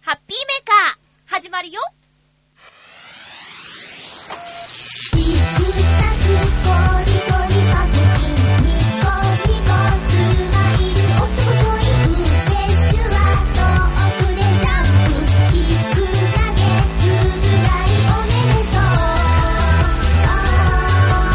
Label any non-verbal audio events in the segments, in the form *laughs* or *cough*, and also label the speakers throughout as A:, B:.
A: ハッピーメーカー、始まるよ
B: 「ちいさくゴリゴリはぐき」「ニコニコスマイル」「おちょこちょい腕シュワと遅れジャンプ」「ひくだけつぶがりおめでとう」「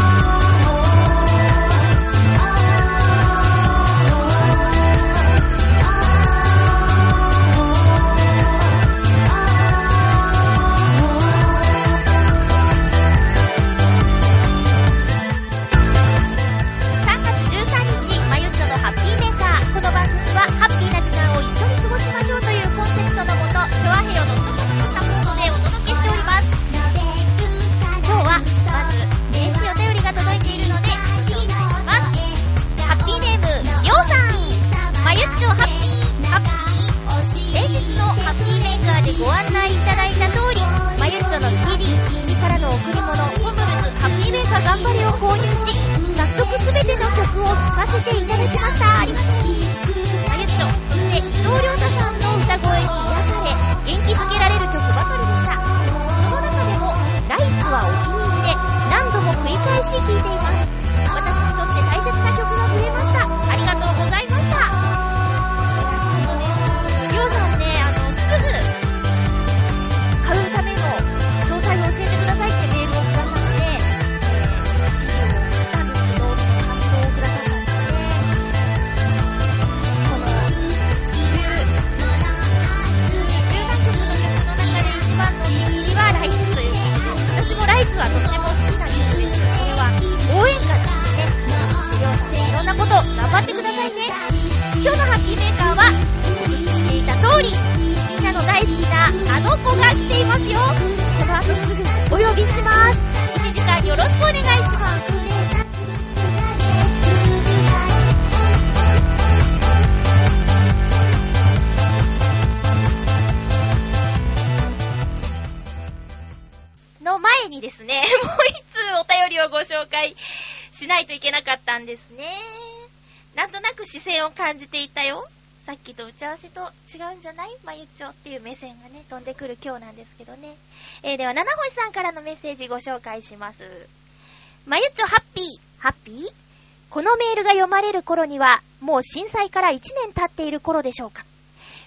A: 3月13日、まゆっちょのハッピーメーカー。この番組は、ハッピーな時間を一緒に過ごしましょうというコンセプトのもと、チョアヘヨのトコトのサポートでお届けしております。今日は、まず、電子お便りが届いているので、ご紹介します。ハッピーネーム、りょうさん。まゆっちょハッピー、ハッピー。連日のハッピーメーカーでご案内いただいた通り、まゆっちょの CD、君からの贈り物、コムルズ、ハッピーメーカー頑張れを購入し、早速すべての曲を聴かせていただきました。ありがとう。まゆっちょ、そして伊藤亮太さんの歌声に癒され、元気づけられる曲ばかりでした。その中でも、ライフはお気に入りで、何度も繰り返し聴いています。私にとって大切な曲が増えました。ありがとうございました。りょうさんね、あの、すぐ、買うための詳細を教えてくださいってメールをくださって、えー、資料を送ったんですけど、その感想をくださったんですね。この、10楽曲の曲の中で一番の人気はライフということで、私もライフはとっても好きなんですけど、これは応援歌なんですね。りょうさん、いろんなこと頑張ってくださいね。今日のハッピーメーカーは、お聞きしていた通り、みんなの大好きなあの子が来ていますよ。この後すぐお呼びします。1時間よろしくお願いします。の前にですね、 *laughs* もう一通お便りをご紹介しないといけなかったんですね。なんとなく視線を感じていたよ。さっきと打ち合わせと違うんじゃないまゆっちょっていう目線がね、飛んでくる今日なんですけどね。えー、では、七星さんからのメッセージご紹介します。まゆっちょハッピー、ハッピーこのメールが読まれる頃には、もう震災から1年経っている頃でしょうか。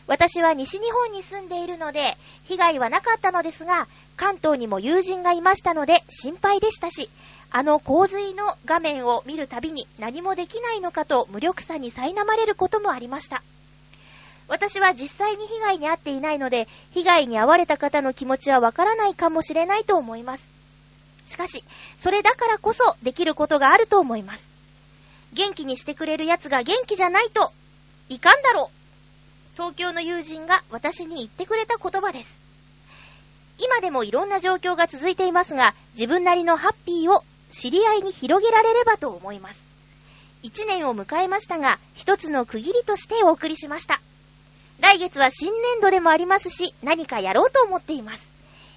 A: 私は西日本に住んでいるので、被害はなかったのですが、関東にも友人がいましたので心配でしたし、あの洪水の画面を見るたびに何もできないのかと無力さに苛まれることもありました。私は実際に被害に遭っていないので、被害に遭われた方の気持ちはわからないかもしれないと思います。しかし、それだからこそできることがあると思います。元気にしてくれる奴が元気じゃないと、いかんだろう。東京の友人が私に言ってくれた言葉です。今でもいろんな状況が続いていますが、自分なりのハッピーを知り合いに広げられればと思います。一年を迎えましたが、一つの区切りとしてお送りしました。来月は新年度でもありますし、何かやろうと思っています。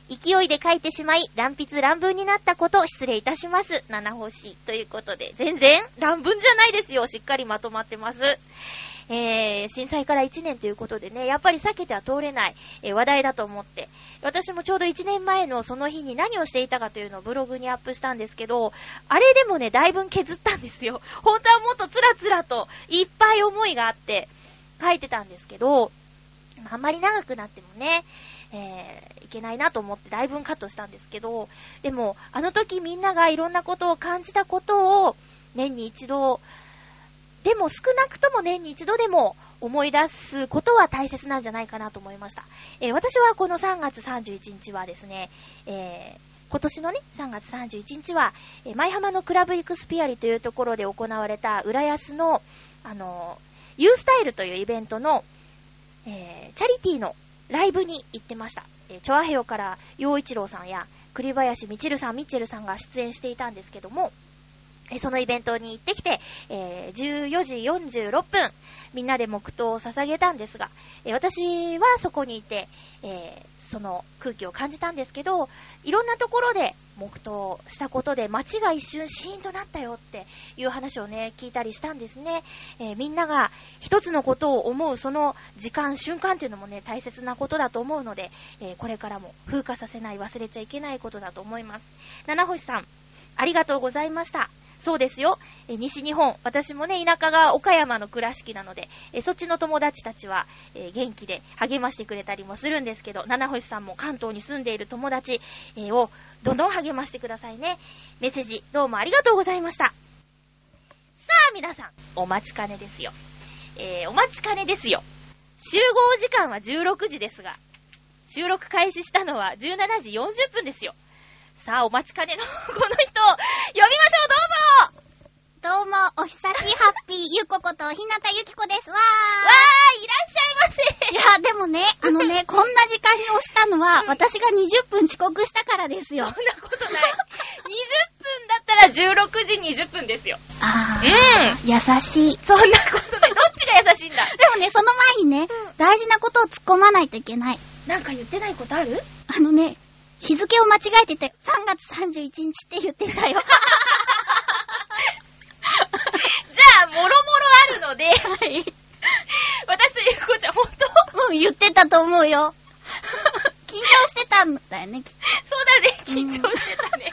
A: 勢いで書いてしまい、乱筆乱文になったこと、失礼いたします。七星。ということで、全然乱文じゃないですよ。しっかりまとまってます。えー、震災から1年ということでね、やっぱり避けては通れない、えー話題だと思って、私もちょうど1年前のその日に何をしていたかというのをブログにアップしたんですけど、あれでもね、だいぶん削ったんですよ。本当はもっとつらつらと、いっぱい思いがあって、書いてたんですけど、まああんまり長くなってもね、えー、いけないなと思ってだいぶんカットしたんですけど、でも、あの時みんながいろんなことを感じたことを、年に一度、でも少なくとも年に一度でも思い出すことは大切なんじゃないかなと思いました。えー私はこの3月31日はですね、えー今年のね、3月31日は、えー舞浜のクラブエクスピアリというところで行われた浦安の、あのー、ユースタイルというイベントの、えーチャリティーのライブに行ってました。えーチョアヘヨから陽一郎さんや栗林みちるさん、みちるさんが出演していたんですけども、えーそのイベントに行ってきて、えー14時46分、みんなで黙祷を捧げたんですが、えー私はそこにいて、えーその空気を感じたんですけど、いろんなところで黙祷したことで街が一瞬シーンとなったよっていう話をね、聞いたりしたんですね。えーみんなが一つのことを思うその時間、瞬間っていうのもね、大切なことだと思うので、えーこれからも風化させない、忘れちゃいけないことだと思います。七星さん、ありがとうございました。そうですよ。えー西日本、私もね、田舎が岡山の倉敷なので、えーそっちの友達たちは、えー元気で励ましてくれたりもするんですけど、七星さんも関東に住んでいる友達、えーをどんどん励ましてくださいね。メッセージ、どうもありがとうございました。さあ、皆さん、お待ちかねですよ。えーお待ちかねですよ。集合時間は16時ですが、収録開始したのは17時40分ですよ。さあ、お待ちかねのこの人、呼びましょう、どうぞ
C: どうも、お久しハッピー、ゆここと、ひなたゆきこです。わ
A: わーい、いらっしゃいませ
C: ーいや、でもね、あのね、こんな時間に押したのは、私が20分遅刻したからですよ。
A: そんなことない。20分だったら16時20分ですよ。
C: あ
A: うん。
C: ー、優しい。
A: そんなことない。どっちが優しいんだ
C: でもね、その前にね、
A: うん
C: 大事なことを突っ込まないといけない。
A: なんか言ってないことある
C: あのね、日付を間違えてて、3月31日って言って *laughs* たよ。
A: じゃあ、もろもろあるので、
C: はい。
A: 私とゆうこちゃん、本当
C: うん、言ってたと思うよ。 *laughs* 緊張してたんだよね、きっ
A: *laughs* そうだね、緊張してたね。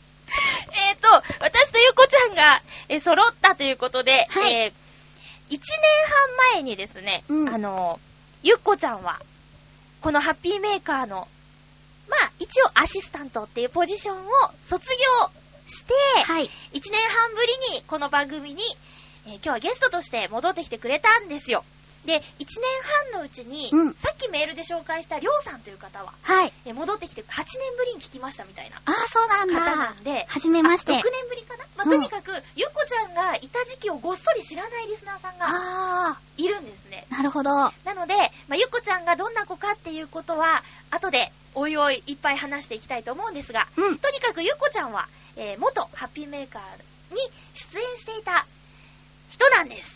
A: *laughs* えっと、私とゆうこちゃんが、えー揃ったということで、
C: はい
A: えー、1年半前にですね、
C: うん
A: あの、ゆっこちゃんは、このハッピーメーカーの、まあ、一応アシスタントっていうポジションを卒業して、
C: と。はい。
A: 1年半ぶりにこの番組に、えー今日はゲストとして戻ってきてくれたんですよ。で、1年半のうちに、
C: うん
A: さっきメールで紹介したりょうさんという方は、
C: はい。
A: えー戻ってきて8年ぶりに聞きましたみたいな
C: あー、そうなん
A: 方な
C: だ。
A: んで、
C: はじめまして
A: 6。年ぶりかな、まあ
C: うん
A: とにかく、ゆっこちゃんがいた時期をごっそり知らないリスナーさんが
C: あ
A: いるんですね。
C: ー、なるほど。は
A: なので、まあ、ゆっこちゃんがどんな子かっていうことは、後で、おいおい、いっぱい話していきたいと思うんですが、
C: うん
A: とにかくゆっこちゃんは、えー元ハッピーメーカーに出演していた人なんです。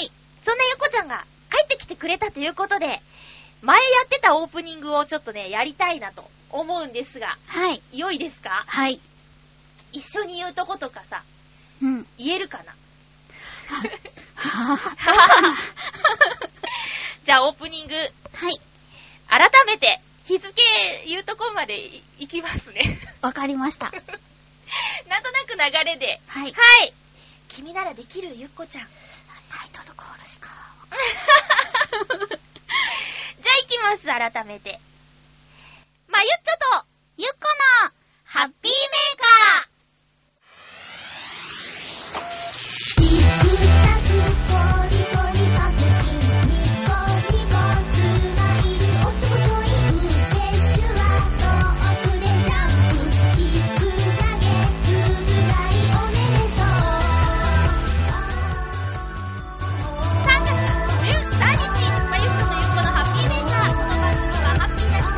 C: い。
A: そんなゆこちゃんが帰ってきてくれたということで、前やってたオープニングをちょっとね、やりたいなと思うんですが、
C: はい。
A: 良いですか
C: はい。
A: 一緒に言うとことかさ、
C: *laughs* うん。
A: 言える *laughs* かな
C: はぁ。
A: じゃあオープニング、
C: はい。
A: 改めて、日付言うとこまでいいきます *laughs* ね。
C: わかりまし
A: な
C: た。
A: んとなく流れで。
C: は
A: はい
C: い。。
A: 君ならできるゆっこち *laughs* ゃん。じ
C: タイトルコールしか。
A: ゃあ行きます、改めて。まゆっちょと、
C: ゆっこの
A: ハッピーメーカー
C: 「ちっさくゴリゴリパクチン」「ニコニコスマイル」「おちょこちょい腕シュワとおくれジャンプ」「ひっくらげつぶらいおめでと
A: 3月13日、まゆっちょとゆっこのハッピーメーカー。この番組はハッピー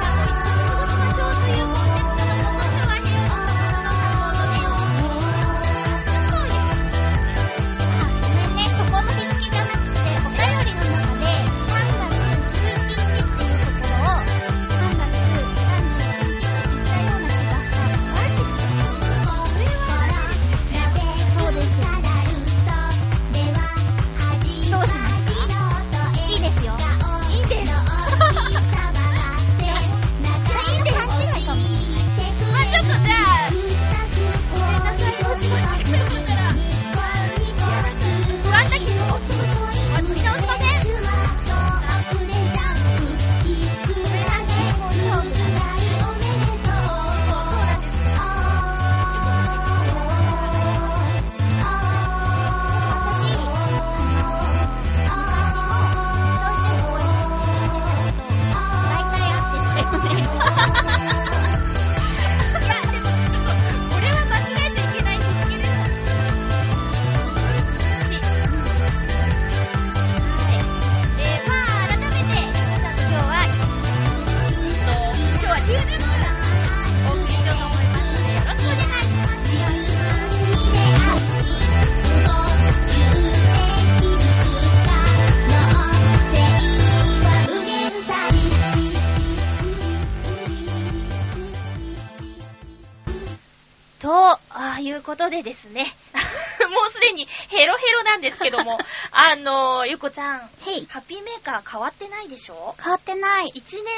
A: いうことでですね、 *laughs* もうすでにヘロヘロなんですけども、あの、ゆこちゃん、
C: へい。
A: ハッピーメーカー変わってないでしょ
C: 変わってない。
A: 一年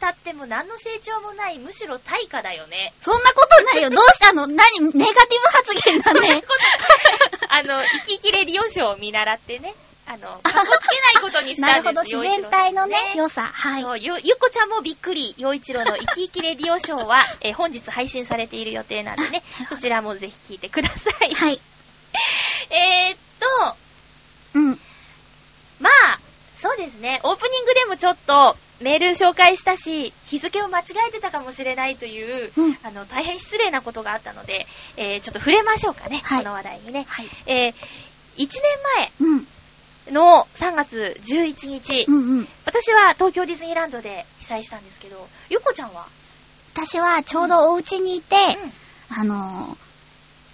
A: 半経っても何の成長もない、むしろ対価だよね。
C: そんなことないよ。どうしたの何ネガティブ発言だね。
A: *laughs* あの、生ききれ利用書を見習ってね、あの、かっこつけないことにし
C: *laughs* な
A: た
C: る
A: んで
C: ほど、
A: す
C: 自
A: よ。
C: 然体のね、
A: よ
C: 良さ。はい。
A: そうゆ、ゆっこちゃんもびっくり、洋一郎の生き生きレディオショーは、 *laughs* えー本日配信されている予定なんで
C: *laughs*
A: ね、そちらもぜひ聞いてください。
C: はい。
A: えーっと、
C: うん。
A: まあ、そうですね、オープニングでもちょっとメール紹介したし、日付を間違えてたかもしれないという、
C: うん
A: あの、大変失礼なことがあったので、えーちょっと触れましょうかね、
C: はい
A: この話題にね。
C: はい。
A: え1年
C: うん。
A: 前の3月11日、
C: うんうん。
A: 私は東京ディズニーランドで被災したんですけど、ゆっこちゃんは
C: 私はちょうどお家にいて、
A: うん
C: あの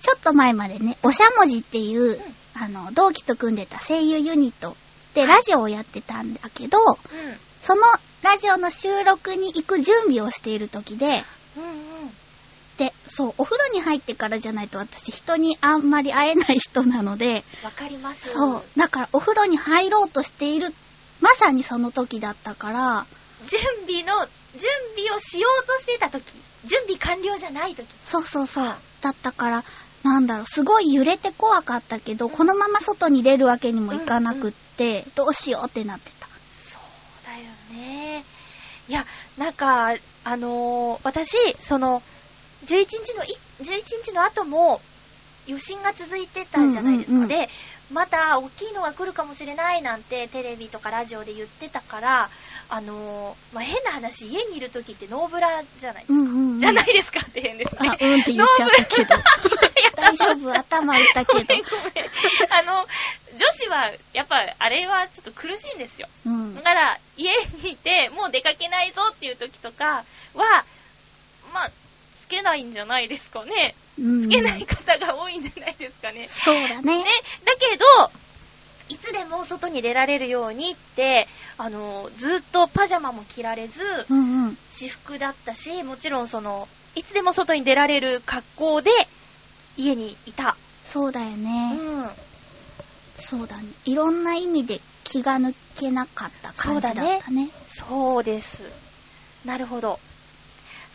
C: ー、ちょっと前までね、おしゃもじっていう、
A: ん
C: あの、同期と組んでた声優ユニットでラジオをやってたんだけど、
A: う
C: そのラジオの収録に行く準備をしている時で、
A: ん。うんうん。
C: で、そう、お風呂に入ってからじゃないと私人にあんまり会えない人なので、
A: わかります。
C: そう、だからお風呂に入ろうとしている、まさにその時だったから、
A: 準備の、準備をしようとしてた時、準備完了じゃない時。
C: そうそうそう、だったから、なんだろう、すごい揺れて怖かったけど、このまま外に出るわけにもいかなくって、どうしようってなってた。
A: そうだよね。いや、なんか、あのー私、その、11日のい、11日の後も、余震が続いてたじゃないですか。
C: うんうんうん
A: で、また大きいのが来るかもしれないなんて、テレビとかラジオで言ってたから、あのーまあ、変な話、家にいる時ってノーブラじゃない、
C: うんうん、うん。
A: じゃないですかって変ですね。
C: あ、うんって言っちゃった
A: *laughs*
C: けど。大丈夫、頭打った
A: ごめ
C: け
A: ん
C: ど
A: ごめん。。あの、女子は、やっぱ、あれはちょっと苦しいんですよ。
C: うん
A: だ。から、家にいて、もう出かけないぞっていう時とかは、まあ、つけないんじゃないですかね。
C: う
A: つ
C: ん
A: けない方が多いんじゃないですかね。
C: そうだね
A: ね。、だけど、いつでも外に出られるようにって、あの、ずっとパジャマも着られず、
C: うんうん。
A: 私服だったし、もちろんその、いつでも外に出られる格好で、家にいた。
C: そうだよ
A: う
C: ね。
A: ん。
C: そうだね。いろんな意味で気が抜けなかった感じだったね。
A: そうです。なるほど。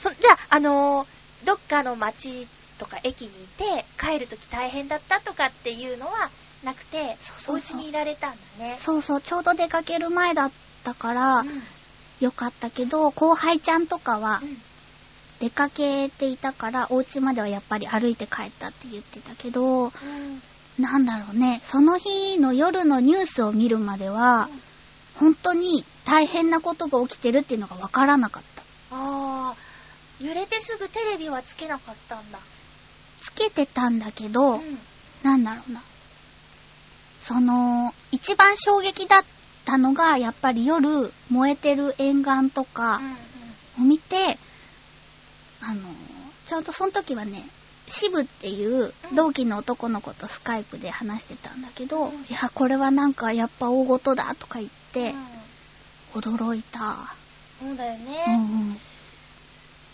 A: そじゃあ、あのーどっかの町とか駅にいて、帰るとき大変だったとかっていうのはなくて、
C: そうそうそう
A: お家にいられたんだね。
C: そうそう、ちょうど出かける前だったから
A: うん、
C: よかったけど、後輩ちゃんとかは
A: うん
C: 出かけていたから、お家まではやっぱり歩いて帰ったって言ってたけど、なんだろうね、その日の夜のニュースを見るまでは
A: うん、
C: 本当に大変なことが起きてるっていうのがわからなかった。
A: あー、揺れてすぐテレビはつけなかったんだ。
C: つけてたんだけど、
A: うん
C: なんだろうな。その、一番衝撃だったのが、やっぱり夜、燃えてる沿岸とか
A: うんうん
C: を見て、あの、ちょうどその時はね、シブっていう
A: うん
C: 同期の男の子とスカイプで話してたんだけど、
A: うん
C: いや、これはなんかやっぱ大事だとか言って
A: うん、
C: 驚いた。
A: そうだよね。
C: うんうん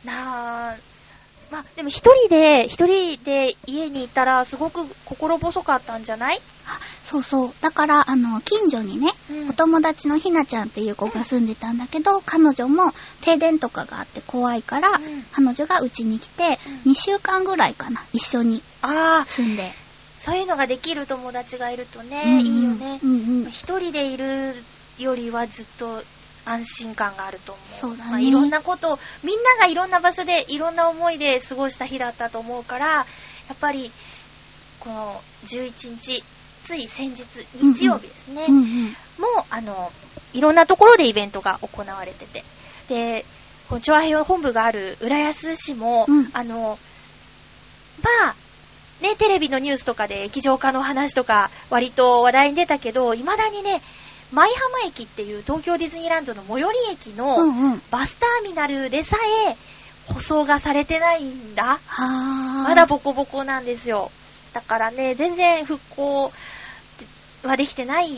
A: なあ、まあ、でも一人で、一人で家にいたら、すごく心細かったんじゃない
C: あそうそう。だから、あの、近所にね、
A: うん
C: お友達のひなちゃんっていう子が住んでたんだけど、彼女も停電とかがあって怖いから、
A: うん
C: 彼女がうちに来て、2週間ぐらいかな、一緒に
A: ああ、
C: 住んで。
A: そういうのができる友達がいるとね、
C: うんうん
A: いいよね
C: う。んうん。
A: 一人でいるよりはずっと安心感があると思う。
C: そうだね
A: まあ、いろんなことを、みんながいろんな場所でいろんな思いで過ごした日だったと思うから、やっぱり、この11日、つい先日、日曜日ですね、
C: うんうん。
A: もう、あの、いろんなところでイベントが行われてて、で、この調和平本部がある浦安市も、
C: うん
A: あの、まあ、ね、テレビのニュースとかで液状化の話とか、割と話題に出たけど、未だにね、舞浜駅っていう東京ディズニーランドの最寄り駅
C: う
A: の
C: んうん。
A: バスターミナルでさえ、舗装がされてないんだ。
C: はー
A: まだボコボコなんですよ。だからね、全然復興はできてない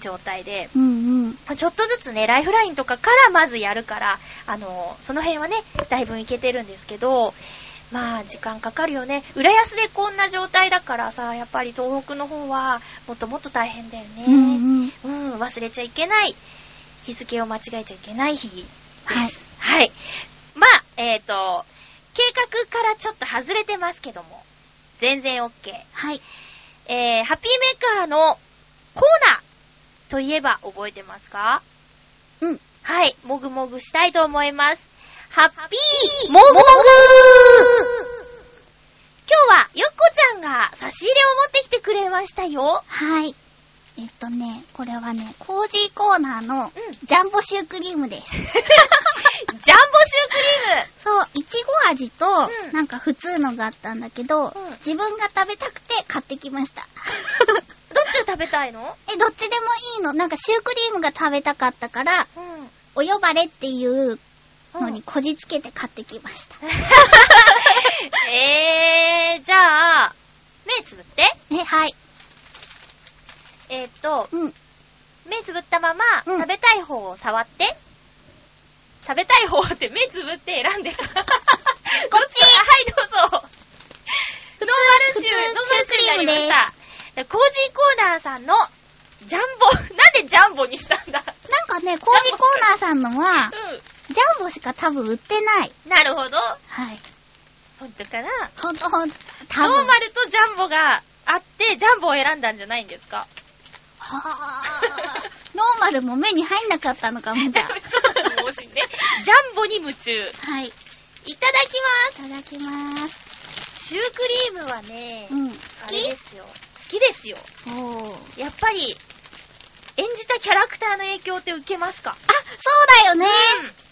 A: 状態で、
C: うんうん。
A: ちょっとずつね、ライフラインとかからまずやるから、あの、その辺はね、だいぶいけてるんですけど、まあ、時間かかるよね。浦安でこんな状態だからさ、やっぱり東北の方は、もっともっと大変だよね。
C: うんうん。
A: うん、忘れちゃいけない。日付を間違えちゃいけない日です。は
C: はいい。
A: まあ、えっ、と、計画からちょっと外れてますけども、全然 OK。
C: はい。
A: えー、ハッピーメーカーのコーナーといえば覚えてますか
C: うん。
A: はい、もぐもぐしたいと思います。ハッピーもぐもぐ今日は、よっこちゃんが差し入れを持ってきてくれましたよ。
C: はい。えっとね、これはね、コージーコーナーの
A: うん
C: ジャンボシュークリームです。
A: ジャンボシュークリーム
C: そう、いちご味と
A: う、ん
C: なんか普通のがあったんだけど、
A: うん
C: 自分が食べたくて買ってきました。
A: どっちを食べたいの
C: え、どっちでもいいのなんかシュークリームが食べたかったから、
A: うん。
C: お呼ばれっていうの
A: 何
C: にこじつけて買ってきました。
A: *laughs* えー、じゃあ、目つぶって。
C: ね、はい。
A: えーっと、
C: うん。
A: 目つぶったまま、
C: うん
A: 食べたい方を触って。食べたい方って目つぶって選ん
C: *laughs*
A: で。こっちはい、どうぞ。ノーマルシュー、
C: 普通
A: ノーマルシューになりまし
C: シュークリーム
A: た。コージーコーナーさんの、ジャンボ、 *laughs* なんでジャンボにしたんだ
C: なんかね、コージーコーナーさんのは、
A: う
C: ジャンボしか多分売ってない。
A: ん。なるほど。
C: はい。
A: 本当かな
C: ほんとほんと、多
A: ノー
C: 分。
A: マルとジャンボがあって、ジャンボを選んだんじゃないんですか
C: はぁ。ノーマルも目に入んなかったのかも、じ *laughs* ゃあ。
A: ちょっと *laughs* もうしね。ジャンボに夢中。いただ
C: はい。い
A: きま
C: ただきます。
A: す。シュークリームはね、
C: うん。好
A: あれ
C: き
A: ですよ。好きですよ。
C: おー。あ、そう
A: やっぱり、演じたキャラクターの影響って受けますか
C: だよね、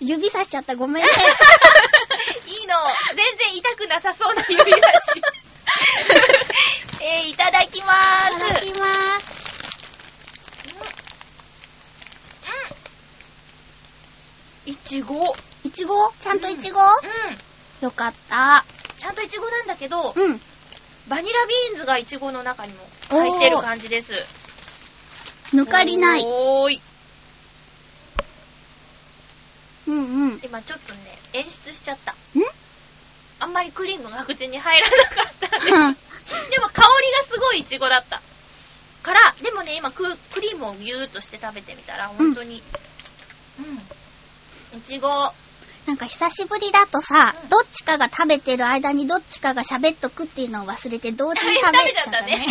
C: 指さしちゃった、ご *laughs* めんね。
A: *laughs* いいの。全然痛くなさそうな指だ *laughs* し。えー、いただきま
C: い
A: ー
C: た
A: す
C: だ。きます。
A: いちご。
C: いちごちゃんといちご、
A: うん。
C: よかった。
A: ちゃんといちごなんだけど、
C: うん。
A: バニラビーンズがいちごの中にも入ってる感じです。
C: 抜かりない。
A: おーい。
C: うんうん。ん *laughs*
A: 今ちょっとね、演出しちゃった。あんまりクリームが口に入らなかったんで。でも香りがすごいイチゴだった。から、でもね、今ククリームをギューっとして食べてみたら、本当に。うん。いちご。
C: なんか久しぶりだとさ、
A: うん
C: どっちかが食べてる間にどっちかが喋っとくっていうのを忘れて同時 *laughs* に食べちゃった
A: *laughs*
C: ね。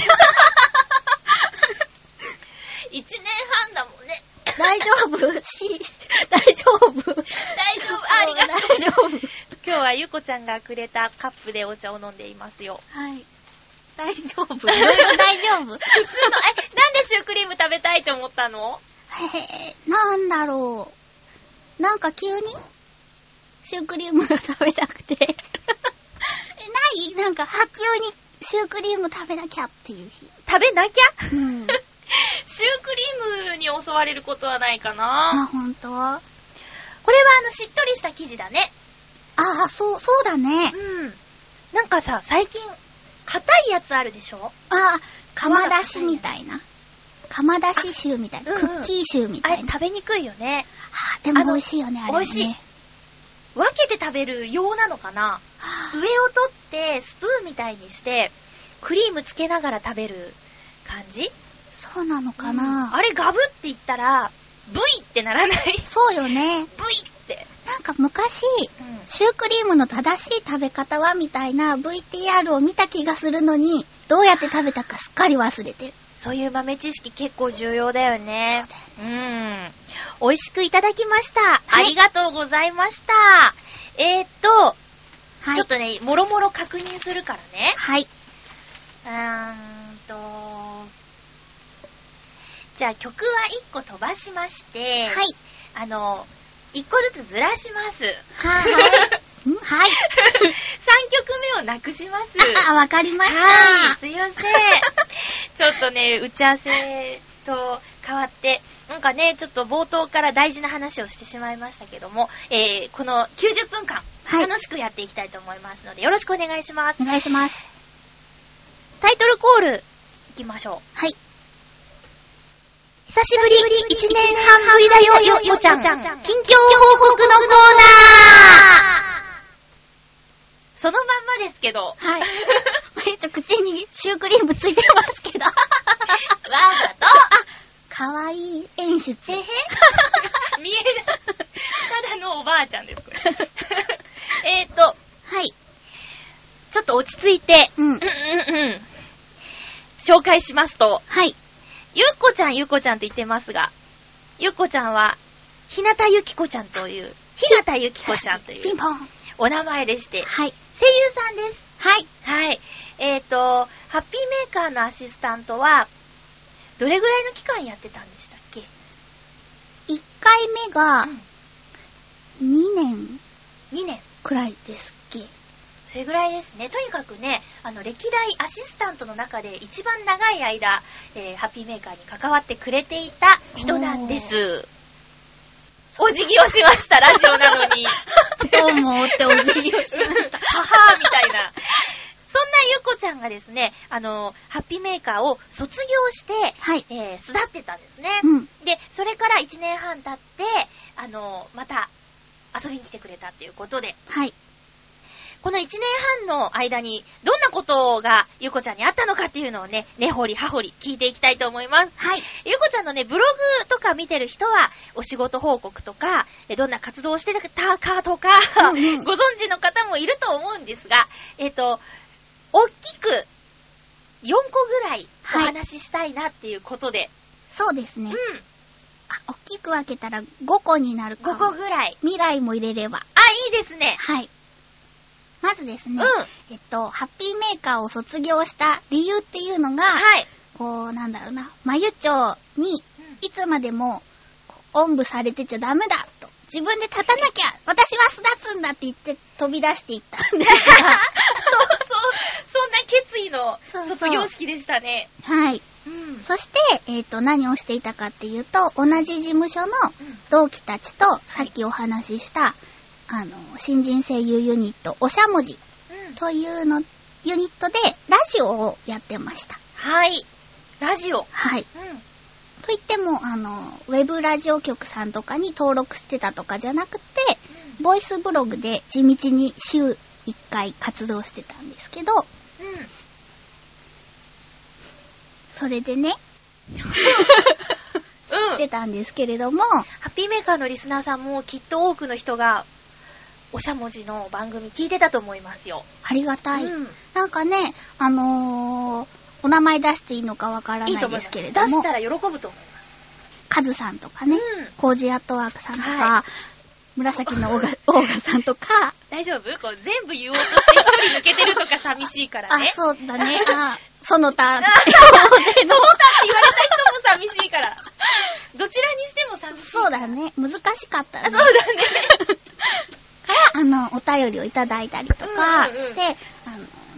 A: 1年半だもんね。
C: 大丈夫し、大丈夫大
A: 大丈夫。あ、ありがとう。
C: 大丈夫。
A: 今日はゆこちゃんがくれたカップでお茶を飲んでいますよ。
C: はい。大丈夫。いろいろ大丈
A: 普通の、
C: 夫。
A: え、なんでシュークリーム食べたいと思ったの
C: へえ、なんだろう。なんか急にシュークリームが食べたくて。えないなんか、は、急にシュークリーム食べなきゃっていう日。
A: 食べなきゃ、
C: うん。
A: シュークリームに襲われることはないかな
C: あ、。ほんとあ
A: これはあの、しっとりした生地だね。
C: あ、そう、そうだね。
A: うん。なんかさ、最近、硬いやつあるでしょ
C: あ、釜出しみたいな。釜出しシューみたいな。
A: あうんうん
C: クッキーシューみ
A: あ
C: た
A: れ
C: いな。
A: 食べにくいよね。
C: あ、でも美味しいよね、あ
A: あ
C: れ、
A: の
C: ね。
A: 美味しい分けて食べる用なのかな上を取って、スプーンみたいにして、クリームつけながら食べる感じ
C: そうなのか
A: うん
C: な、
A: あれガブって言ったら、ブイってならない
C: そうよね。
A: ブイって。
C: なんか昔、
A: うん
C: シュークリームの正しい食べ方はみたいな VTR を見た気がするのに、どうやって食べたかすっかり忘れてる。
A: そういう豆知識結構重要だよね。うん。美味しくいただきました。あ
C: い
A: りがとうございました。えー、っと、
C: はい。
A: ちょっとね、もろもろ確認するからね。
C: はい。
A: うーんと、じゃあ曲は1個飛ばしまして、
C: はい。
A: あの、1個ずつずらし *laughs* ます。
C: はい。ん *laughs* は
A: 3
C: い。
A: 曲目をなくします。
C: あ、あわかりまし
A: はい、
C: た。
A: すいません。 *laughs* ちょっとね、打ち合わせと変わって、なんかね、ちょっと冒頭から大事な話をしてしまいましたけども、えー、この90分間、
C: はい
A: 楽しくやっていきたいと思いますので、よろしくお願いします
C: お。願いします。
A: タイトルコール、いきましょう。
C: はい。
A: 久しぶり、1年半ぶりだよ、よ、よちゃん。近況報告のコーナーそのまんまで *laughs* *laughs* ばあちゃんです、 *laughs* これ。えーっと、
C: はい。
A: ちょっと落ち着いて、
C: うん
A: うんうんうん。紹介しますと、
C: はい。
A: ゆっこちゃんゆっこちゃんって言ってますが、ゆっこちゃんは、ひなたゆきこちゃんという、ひなたゆきこちゃんとい
C: ピ
A: う
C: ンポン。
A: お名前でして、
C: はい。
A: 声優さんです。
C: はい。
A: はい。えーっと、ハッピーメーカーのアシスタントは、どれぐらいの期間やってたんでしたっけ
C: 1回目が
A: うん
C: 2年
A: ?2 年。
C: くらいですっけ。
A: それぐらいですね。とにかくね、あの、歴代アシスタントの中で一番長い間、えーハッピーメーカーに関わってくれていた人なんです。お辞儀をしました、ラジオなのに。
C: どうもってお辞儀をし
A: *laughs*
C: ました。
A: ははーみたいな。そんなゆっこちゃんがですね、あの、ハッピーメーカーを卒業して、
C: はい。
A: えー巣立ってたんですね。
C: うん。
A: で、それから1年半経って、あの、また遊びに来てくれたっていうことで、
C: はい。
A: この1年半の間に、どんなことがゆこちゃんにあったのかっていうのをね、根掘り葉掘り聞いていきたいと思います。
C: はい。
A: ゆこちゃんのね、ブログとか見てる人は、お仕事報告とか、えどんな活動をしてたかとか、
C: うんうん
A: ご存知の方もいると思うんですが、えっ、と、大きく4個ぐらいお話ししたいなっていうことで、
C: そうですね。
A: うん、
C: あ、大きく分けたら5個になるか
A: 5
C: も。
A: 個ぐらい。
C: 未来も入れれば。
A: あ、いいですね。
C: はい。まずです
A: うん。
C: ね、
A: は
C: えっと、ハッピーメーカーを卒業した理由っていうのが、
A: い。
C: こう、なんだろうな、眉町にいつまでも、おんぶされてちゃダメだと。自分で立たなきゃ私は巣立つんだって言って飛び出していったんです
A: *laughs* そうそう、そんな決意の
C: そうそう
A: 卒業式でしたね。
C: が。はい。
A: うん。
C: そして、えっ、と、何をしていたかっていうと、同じ事務所の
A: うん
C: 同期たちと、さっきお話しした、あの、新人声優ユニット、おしゃもじ
A: うん
C: というの、ユニットで、ラジオをやってました。
A: はい。ラジオ。
C: はい。
A: う
C: といっても、あの、ウェブラジオ局さんとかに登録してたとかじゃなくて、ボイスブログで地道に週1回活動してたんですけど、
A: ん。うん。
C: それでね、
A: うん。
C: 出たんですけれども、
A: ハッピーメーカーのリスナーさんもきっと多くの人が、おしゃもじの番組聞いてたと思いますよ。
C: ありがたい。
A: うん
C: なんかね、あのー、お名前出していいのかわから
A: いい
C: な
A: と
C: い
A: 思い
C: で
A: ますす
C: け
A: け
C: れ
A: れ
C: ど
A: ど
C: も
A: も。出した、ら喜ぶと思います。
C: カズさんとかね、
A: うん
C: コージーアットワークさんとか、
A: は
C: 紫のオーガ *laughs* オーガさんとか、
A: 大丈夫こう全部言おうとして一人抜けてるとか寂しいから
C: あ
A: ね、。う。
C: そうだね、あ、その
A: *laughs* そ
C: 他、
A: うだって言われた人も寂しいから。どちらにしても寂しい。
C: そうだね、難しかった
A: あ。
C: ね。
A: そうだね。
C: から、あの、お便りをいただいたりとか
A: うんうんうん
C: して、あ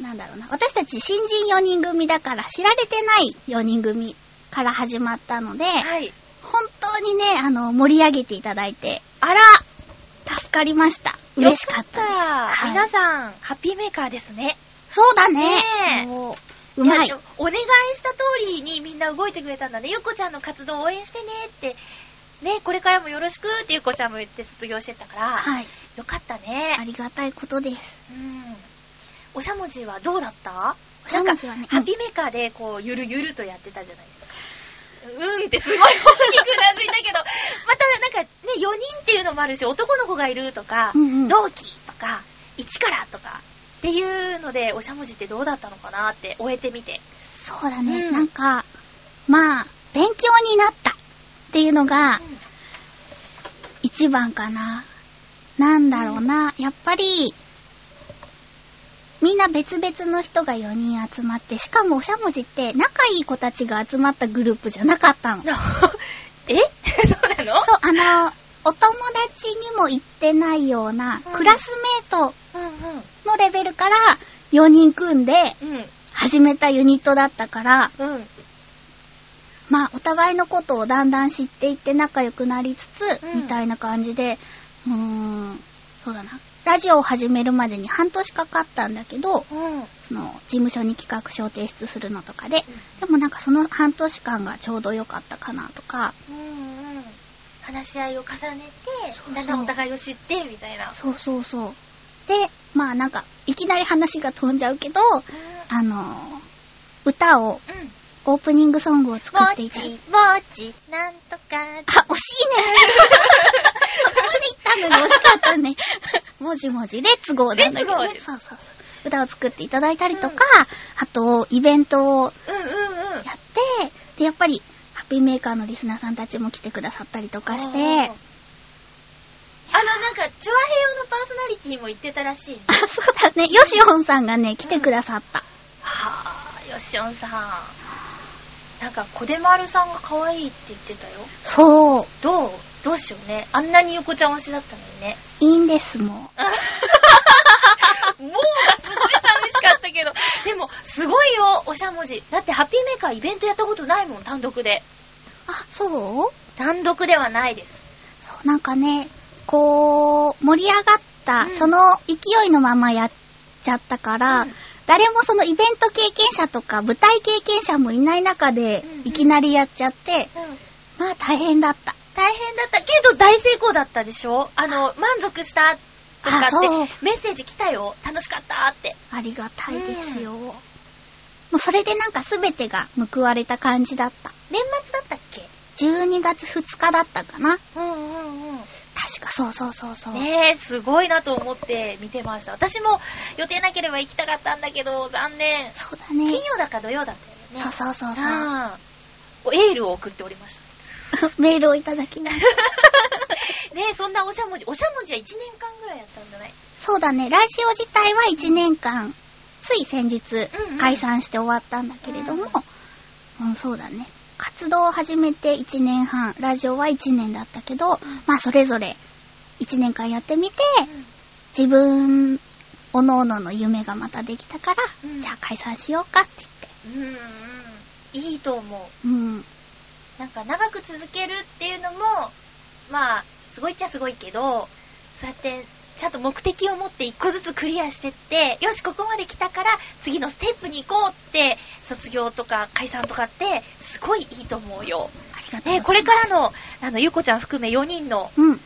C: の、なんだろうな、私たち新人4人組だから知られてない4人組から始まったので、
A: はい。
C: 本当にね、あの、盛り上げていただいて、
A: あら、
C: 助かりました。嬉しかったです。
A: よかった
C: はい
A: 皆さん、ハッピーメーカーですね。
C: そうだね。
A: ねえ
C: もううまい。
A: やお願いした通りにみんな動いてくれたんだね。ゆっこちゃんの活動応援してねって。ね、これからもよろしくってゆっこちゃんも言って卒業してったから。
C: はい。
A: よかった
C: あ
A: ね。
C: りがたいことです。
A: うん。おしゃもじはどうだった
C: おしゃもじはね
A: ハッピーメーカーでこう、ゆるゆるとやってたじゃないですか。うんってすごい大きくなずいたけど、 *laughs* またなんかね、4人っていうのもあるし、男の子がいるとか、
C: うんうん
A: 同期とか、一からとか、っていうので、おしゃもじってどうだったのかなって、終えてみて。
C: そうだね。
A: うん
C: なんか、まあ、勉強になったっていうのが
A: うん
C: 一番かな。なんだろうな。やっぱり、みんな別々の人が4人集まって、しかもおしゃもじって仲いい子たちが集まったグループじゃなかったの。そう、
A: *laughs* えそうなの
C: あの、お友達にも行ってないような、
A: うん
C: クラスメート
A: う
C: のレベルから4人組んで
A: んうん。
C: 始めたユニットだったから、
A: うん。うん。
C: まあ、お互いのことをだんだん知っていって仲良くなりつつ、
A: うん
C: みたいな感じで、うーん、そうだな。ラジオを始めるまでに半年かかったんだけど、
A: うん。
C: その、事務所に企画書を提出するのとかで、でもなんかその半年間がちょうど良かったかなとか、
A: うんうん。話し合いを重ね
C: そう
A: て、
C: そう
A: だんだんお互いを知って、みたいな。
C: そうそうそう。で、まあなんか、いきなり話が飛んじゃうけど、
A: う
C: あの、歌を
A: ん。うん。
C: オープニングソングを作
D: ぼ
C: っていただいて
D: ちぼち、なんとか。
C: あ、惜しいね。そこまで行ったのに惜しかったね。もじもじ、レッツゴーなんだけどね。
D: レッツ
C: そうそうそう。歌を作っていただいたりとか、あと、イベントを
D: うんうんうん。
C: やって、で、やっぱり、ハッピーメーカーのリスナーさんたちも来てくださったりとかして、
D: あの、なんか、チョアヘヨのパーソナリティも言ってたらしいね。
C: あ、そうだね。ヨシオンさんがね、来てくださった。
D: はぁ、よしおんさん。なんか、コデマルさんが可愛いって言ってたよ。
C: そう。
D: どうどうしようね。あんなに横ちゃん推しだったのにね。
C: いいんです、も
D: もうがすごい寂しかった
A: *laughs*
D: けど。でも、すごいよ、おしゃもじ。だって、ハッピーメーカーイベントやったことないもん、単独で。
C: う。あ、そうそ
D: 単独ではないです。
C: う、なんかね、こう、盛り上がった、
D: うん
C: その勢いのままやっちゃったから、
D: うん
C: 誰もそのイベント経験者とか舞台経験者もいない中で
D: うんうん
C: いきなりやっちゃって、
D: うん。
C: まあ大変だった。
D: 大変だったけど大成功だったでしょあの、満足したとか
C: あそう
D: ってメッセージ来たよ。楽しかったって。
C: ありがたいですよ。もうそれでなんか全てが報われた感じだった。
D: 年末だったっけ
C: 12月2日だったかな
D: うんうんうん。
C: 確かそうそうそうそう。
D: ねえ、すごいなと思って見てました。私も予定なければ行きたかったんだけど、残念。
C: そうだね。
D: 金曜だか土曜だったよね。
C: そうそうそうそう。
D: ああエールを送っておりました。
C: *laughs* メールをいただきました。
D: ねえ、そんなおしゃもじ、おしゃもじは1年間ぐらいやったんじゃない
C: そうだね、ラジオ自体は1年間、つい先日
D: うんうん
C: 解散して終わったんだけれども、うんそうだね。活動を始めて1年半、ラジオは1年だったけど、まあそれぞれ1年間やってみて、自分、おのおのの夢がまたできたから、
D: うん
C: じゃあ解散しようかって
D: うんうん。いいと思う。
C: 言って。うん。
D: なんか長く続けるっていうのも、まあ、すごいっちゃすごいけど、そうやって、ちゃんと目的を持って一個ずつクリアしてって、よし、ここまで来たから、次のステップに行こうって、卒業とか解散とかって、すごいいいと思うよ。
C: ありがとうございます。
D: ね、これからの、あの、ゆうこちゃん含め4人の
C: うん。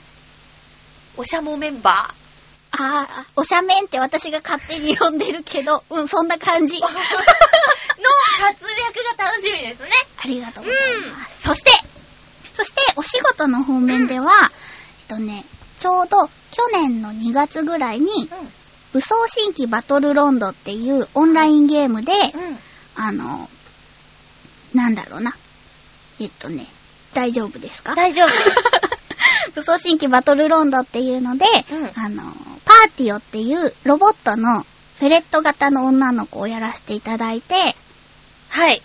D: おしゃもメンバ *laughs* ー。
C: ああ、おしゃめんって私が勝手に呼んでるけど、うん、そんな感
D: *laughs*
C: じ。
D: の活躍が楽しみですね。
C: ありがとう
D: う
C: ござい
D: ん
C: ます。。
D: そして、
C: そして、お仕事の方面では、えっとね、ちょうど去年の2月ぐらいに、武装新規バトルロンドっていうオンラインゲームで、
D: うん。
C: あの、なんだろうな。えっとね、大丈夫ですか
D: 大丈夫です。
C: *laughs* 武装新規バトルロンドっていうので、
D: うん
C: あの、パーティオっていうロボットのフェレット型の女の子をやらせていただいて、
D: *laughs* はい。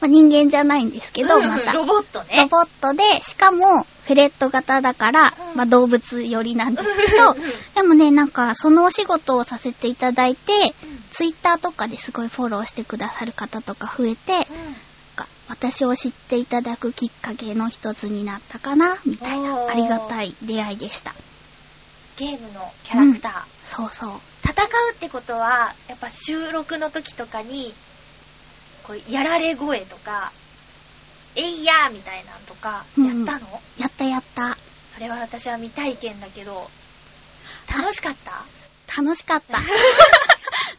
C: まあ、人間じゃないんですけど、
D: うんうん
C: また。
D: ロボットね。
C: ロボットで、しかも、フェレット型だから、
D: うん
C: まあ、動物寄りなんですけ
D: う
C: ど
D: ん、
C: でもね、なんか、そのお仕事をさせていただいて、
D: うん
C: ツイッターとかですごいフォローしてくださる方とか増えて、なんか私を知っていただくきっかけの一つになったかな、みたいな、
D: おー
C: ありがたい出会いでした。
D: ゲームのキャラクター。
C: そうそう。
D: 戦うってことは、やっぱ収録の時とかに、こう、やられ声とか、えいやーみたいなんとか、
C: うん
D: やったの、
C: やったやった。
D: それは私は未体験だけど、楽しかった
C: 楽しかった。
D: *laughs*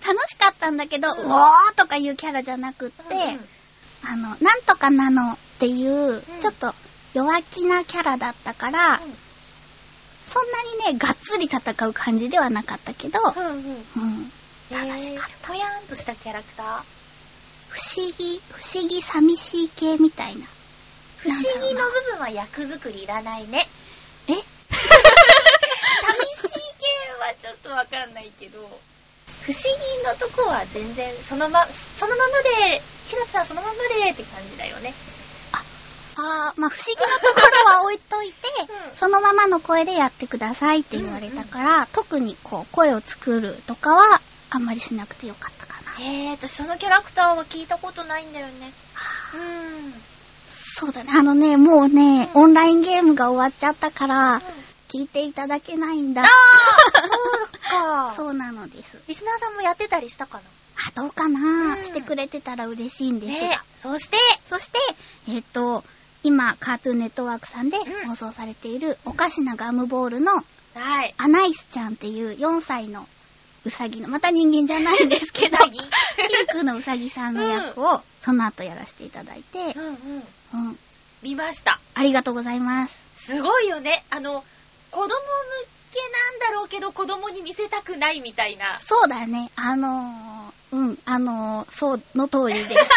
C: 楽しかったんだけど、う
D: うん
C: おーとかいうキャラじゃなくって、
D: うんうん
C: あの、なんとかなのっていう、
D: ん
C: ちょっと弱気なキャラだったから、そんなにね、がっつり戦う感じではなかったけど、
D: うんうんうん。
C: うん。楽
D: え
C: しかっ
D: ー、ぽやーんとしたキャラクター。
C: 不思議、不思議寂しい系みたいな。
D: 不思議の部分は役作りいらないね。
C: え
D: 寂しい系はちょっとわかんないけど、不思議のとこは全然、そのま、そのままで、ひなさんそのままでって感じだよね。
C: あー、まあ、不思議なところは置いといて
D: *laughs* う、ん
C: そのままの声でやってくださいって言われたから、特にこう、声を作るとかは、あんまりしなくてよかったかな。
D: えーと、そのキャラクターは聞いたことないんだよね。うん。
C: そうだね。あのね、もうね、
D: うん
C: オンラインゲームが終わっちゃったから、
D: うん
C: 聞いていただけないんだ。
D: か
C: そうなのです。
D: リスナーさんもやってたりしたかな
C: あ、どうかな、
D: うん
C: してくれてたら嬉しいんですが。
D: ねそして、
C: そして、えっ、と、今、カートゥーンネットワークさんで
D: うん
C: 放送されている、おかしなガムボールの
D: はい。
C: アナイスちゃんっていう4歳のうさぎの、また人間じゃないんですけど、
A: う
D: *laughs*
A: さぎ
C: ピンクのうさぎさんの役を、その後やらせていただいて、
A: うんうん。
C: うん、
A: 見ました。
C: ありがとうございます。
A: すごいよね。あの、子供向けなんだろうけど、子供に見せたくないみたいな。
C: そうだね、あのー、うん、あのー、そうの通り
A: *laughs*
C: です。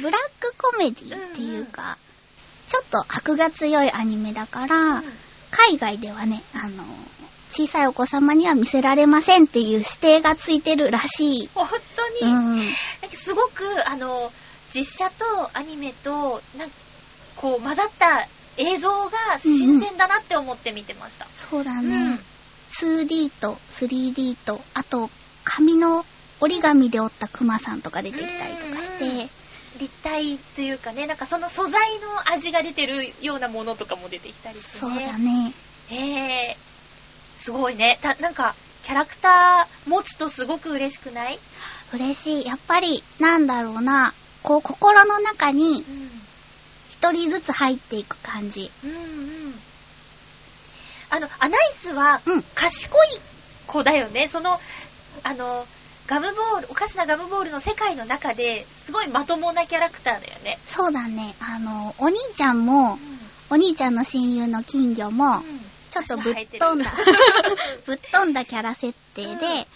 C: ブラックコメディっていうか、ちょっと悪が強いアニメだから、海外ではね、あのー、小さいお子様には見せられませんっていう指定がついてるらしい。
A: 本当に、
C: う
A: なん
C: ん。
A: かすごく、あの、実写とアニメと、なんか、こう、混ざった映像が新鮮だなって思って見てました。
C: そうだ
A: うん。
C: ね。2D と 3D と、あと、紙の折り紙で折ったクマさんとか出てきたりとかして、
A: うんうん立体というかね、なんかその素材の味が出てるようなものとかも出てきたりして、
C: そうだね。
A: へえ、すごいね。た、なんか、キャラクター持つとすごく嬉しくない
C: 嬉しい。やっぱり、なんだろうな、こう、心の中に
A: うん。
C: 一人ずつ入っていく感じ。
A: うんうん。あの、アナイスは
C: うん、
A: 賢い子だよね。その、あの、ガムボール、おかしなガムボールの世界の中で、すごいまともなキャラクターだよね。
C: そうだね。あの、お兄ちゃんも、お兄ちゃんの親友の金魚も、ちょっとぶっ飛んだ、 *laughs* ぶっ飛んだキャラ設定で、
A: うん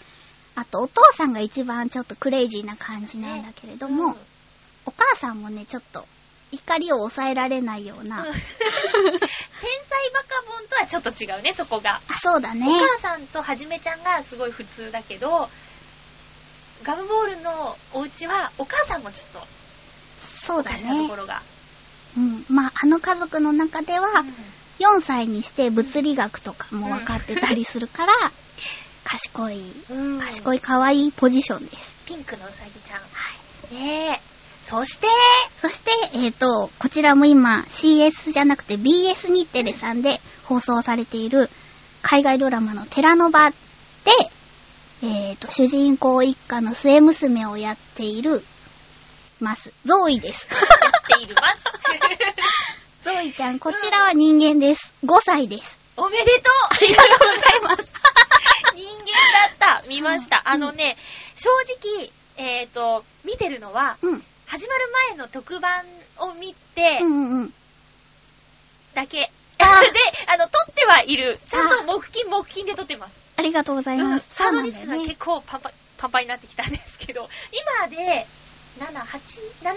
C: あとお父さんが一番ちょっとクレイジーな感じなんだけれども、お母さんもね、ちょっと怒りを抑えられないような、
A: 天才バカボンとはちょっと違うね、そこが。
C: あ、そうだね。
A: お母さんとはじめちゃんがすごい普通だけど、ガムボールのお家はお母さんもちょっと
C: そう
A: お
C: だ
A: かしなと
C: ね
A: こ。ろが。
C: うん。まあ、あの家族の中では、
A: う
C: 4歳にして物理学とかも分かってたりするから、賢い、
A: ん
C: 賢い可愛いポジションです。
A: ピンクのうさぎちゃん。
C: はい。
A: ねえ。そして、
C: そして、えっ、と、こちらも今 CS じゃなくて BS 日テレさんで放送されている海外ドラマのテラノバで、えっ、と、主人公一家の末娘をやっている、ます。ゾーイ *laughs* です。
A: やっているます。
C: ゾーイちゃん、こちらは人間です。5歳です。
A: おめでとう
C: ありがとうございます。
A: 人間だった見ました。あのね、正直、えっ、と、見てるのは、
C: うん。
A: 始まる前の特番を見て
C: うんうんうん。
A: だけ。で
C: あ、
A: あの、撮ってはいる。ちゃんと木金木金で撮ってます。
C: ありがとうござい
A: うん
C: ます。
A: サードディス
C: そう
A: ク
C: な
A: が
C: んだよ
A: 結
C: ね。
A: 構パンパン、パンパンになってきたんですけど、今で、7、8、7は、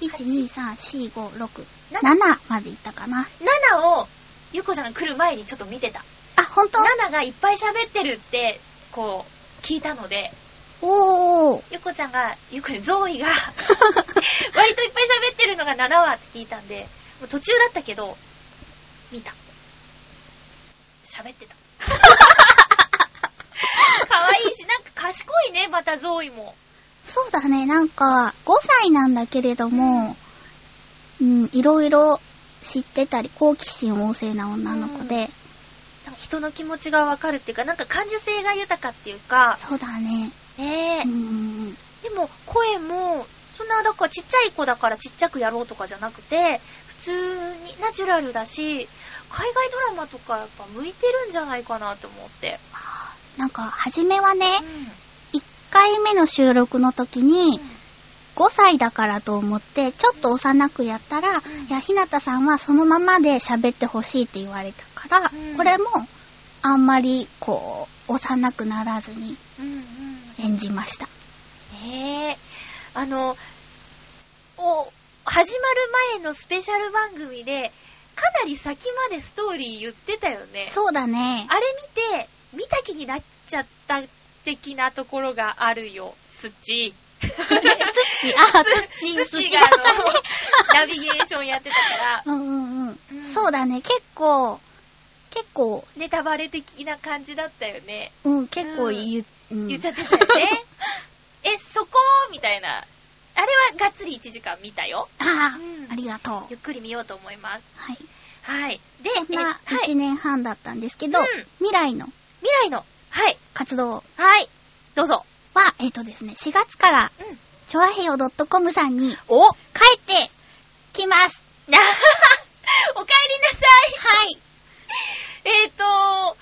C: 1、
A: 八
C: 2、3、4、5、6、
A: 7
C: 7までいったかな。
A: 7を、ゆこちゃんが来る前にちょっと見てた。
C: あ、ほんと
A: ナナがいっぱい喋ってるって、こう、聞いたので、
C: おー。
A: ゆこちゃんが、ゆ
C: *laughs*
A: こ、ゾーイが、割といっぱい喋ってるのが7話って聞いたんで、もう途中だったけど、見た。喋
C: *laughs*
A: ってた。可愛いし、なんか賢いね、またゾーイも。
C: そうだね、なんか、5歳なんだけれども、うん、いろいろ知ってたり、好奇心旺盛な女の子で、
A: なんか人の気持ちがわかるっていうか、なんか感受性が豊かっていうか、
C: そうだね、
A: ねえ
C: うんうんうん、
A: でも声も、そんな、だからちっちゃい子だからちっちゃくやろうとかじゃなくて、普通にナチュラルだし、海外ドラマとかやっぱ向いてるんじゃないかなと思って。
C: なんか、初めはね、
A: うん
C: 1回目の収録の時に、5歳だからと思って、ちょっと幼くやったら、いや、ひなたさんはそのままで喋ってほしいって言われたから、
A: うん
C: これも、あんまり、こう、幼くならずに
A: うんうん
C: 演じました。
A: ねえ。あの、お、始まる前のスペシャル番組で、かなり先までストーリー言ってたよね。
C: そうだね。
A: あれ見て、見た気になっちゃった的なところがあるよ、土。
C: 土、あ、土、
A: 土
C: 土
A: が
C: が
A: あの、ナビゲーションやってた
C: *laughs*
A: から、
C: うんうんうん
A: うん。
C: そうだね、結構、結構、
A: ネタバレ的な感じだったよね。
C: うん、結構言,、う
A: 言っちゃ
C: ゃ
A: ってたよ
C: *laughs*
A: ね。え、そこみたいな。あれはがっつり1時間見たよ。
C: ああ、
A: うん
C: ありがとう。
A: ゆっくり見ようと思います。
C: はい。
A: はい。で、
C: そん
A: え
C: な
A: はい、
C: 1
A: 未
C: 年半だったんですけど、
A: うん
C: 未来の
A: 来の、はい、
C: 活動
A: はい、どうぞ。
C: は、えっ、とですね、4月から、
A: うん
C: チョアヘヨ .com さんに帰
A: *laughs* おおか
C: ってきます。
A: えりなさい
C: はい。
A: えっ、ー、と、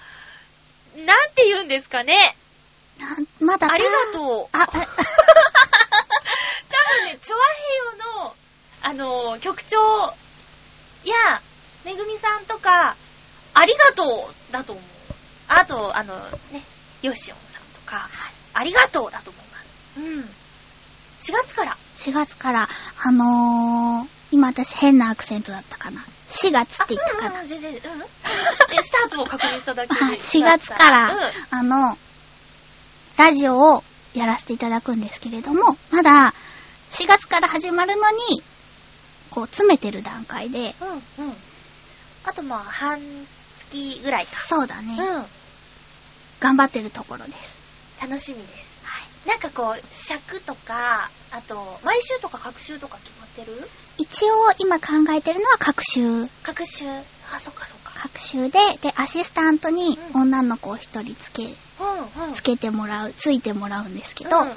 A: なんて言うんですかね。
C: まだ
A: ありがとう
C: あ、あ、
A: 多分ね、チョアヘヨの、あのー局長や、めぐみさんとか、ありがとうだと思う。あと、あの、ね、ヨシオンさんとか、ありがとうだと思います。うん。4月から。
C: 4月から、あのー、今私変なアクセントだったかな。4月って言ったか
A: あう
C: な
A: んうん、。全然、うん。でスタートを確認しただけで。
C: *laughs* はい4月から
A: うん。、
C: あの、ラジオをやらせていただくんですけれども、まだ、4月から始まるのに、こう、詰めてる段階で、
A: うん、うん。あと、まあ、半月ぐらいか。
C: そうだね、
A: うん。
C: 頑張ってるところです。
A: 楽しみです。はい。なんかこう、尺とか、あと、毎週とか各週とか決まってる
C: 一応、今考えてるのは各週、
A: 各週。あ、そっかそっか。
C: 各週で、で、アシスタントに
A: うん
C: 女の子を一人つけ、
A: うんうん。
C: つけてもらう、ついてもらうんですけど、
A: うん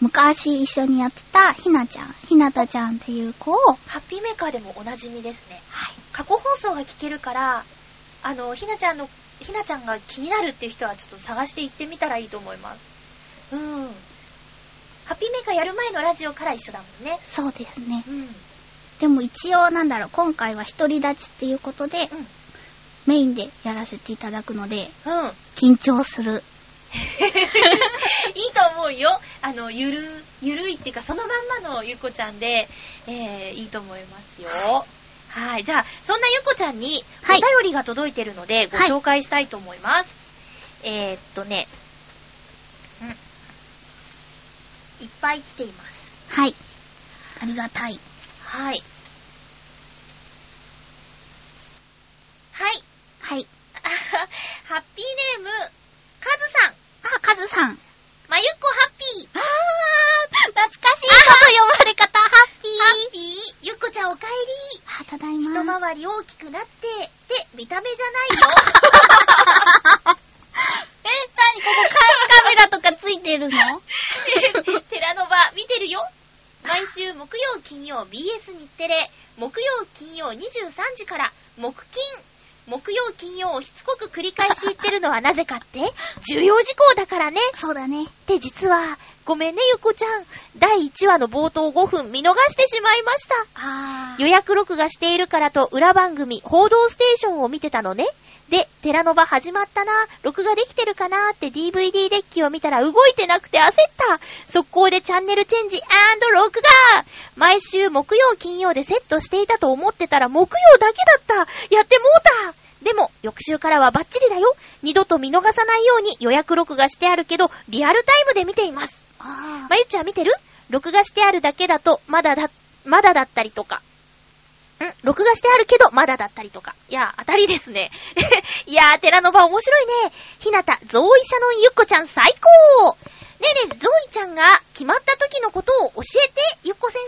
C: 昔一緒にやってたひなちゃん、ひなたちゃんっていう子を、
A: ハッピーメーカーでもおなじみですね。
C: はい。
A: 過去放送が聞けるから、あの、ひなちゃんの、ひなちゃんが気になるっていう人はちょっと探して行ってみたらいいと思います。うん。ハッピーメーカーやる前のラジオから一緒だもんね。
C: そうですね。
A: うん。うん。
C: でも一応なんだろう、今回は独り立ちっていうことで、メインでやらせていただくので、
A: うん。
C: 緊張する。
A: *laughs* いいと思うよ。あの、ゆる、ゆるいっていうか、そのまんまのゆっこちゃんで、えー、いいと思いますよ。はい。じゃあ、そんなゆっこちゃんに、お
C: はい
A: 便りが届いてるので、ご
C: はい
A: 紹介したいと思います。えー、っとね、うん。いっぱい来ています。
C: はい。ありがたい。
A: はい。はい。
C: はい。
A: あはハッピーネーム、カズさん。
C: あ、カズさん。あー、
A: まゆっこハッピー。
C: 懐かしいこの呼ばれ方、ハッピ
A: ハッピー、ゆっこちゃんおかえり。
C: ー。あ、ただい
A: 一
C: ま。
A: 回り大きくなって、で、見た目じゃ
C: え、何ここ監視カメラとかついてるの
A: ないよ。 *laughs* 寺の場、見てるよ。毎週木曜、金曜、BS 日テレ、木曜、金曜、23時から、木金。木曜、金曜をしつこく繰り返し言ってるのはなぜかって、重要事項だからね。
C: そうだね。
A: って実は、ごめんね、ゆっこちゃん。第1話の冒頭5分見逃してしまいました。
C: あー。
A: 予約録画しているからと裏番組、報道ステーションを見てたのね。で、寺の場始まったな、録画できてるかなって DVD デッキを見たら動いてなくて焦った。速攻でチャンネルチェンジ録画毎週木曜金曜でセットしていたと思ってたら木曜だけだったやってもうたでも、翌週からはバッチリだよ二度と見逃さないように予約録画してあるけど、リアルタイムで見ています。
C: あー
A: まゆっちゃん見てる録画してあるだけだと、まだだ、まだだったりとか。ん録画してあるけど、まだだったりとか。いやー、当たりですね。 *laughs* いやー、寺の場面白いね。ひなた、ゾウイシャノンゆっこちゃん最高ねえねえ、ゾウイちゃんが決まった時のことを教えて、ゆっこ先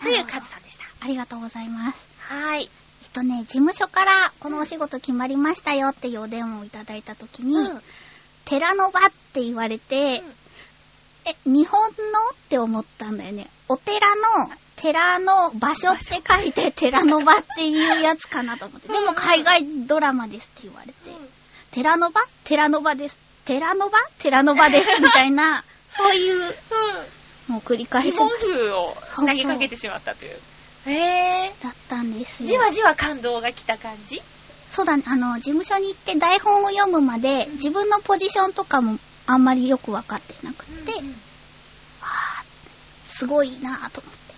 A: 生というカズさんでした。
C: ありがとうございます。
A: はーい。
C: えっとね、事務所からこのお仕事決まりましたよっていうお電話をいただいたときに、
A: うん。
C: 寺の場って言われて、
A: うん
C: え、日本のって思ったんだよね。お寺の、寺の場所って書いて寺の場っていうやつかなと思って。で
A: うんう
C: も
A: ん
C: 海外ドラマですって言われて、寺の場寺の場です。寺の場寺の場です。みたいな、そういうのを繰り返しまし
A: 風を
C: 投げかけて
A: しまったという。へえ
C: だったんで
A: ー。
C: すよ。
A: じわじわ感動が来た感じ
C: そうだね、あの、事務所に行って台本を読むまで、自分のポジションとかもあんまりよくわかってなくて、
A: うんうん
C: あーすごいなぁと思って。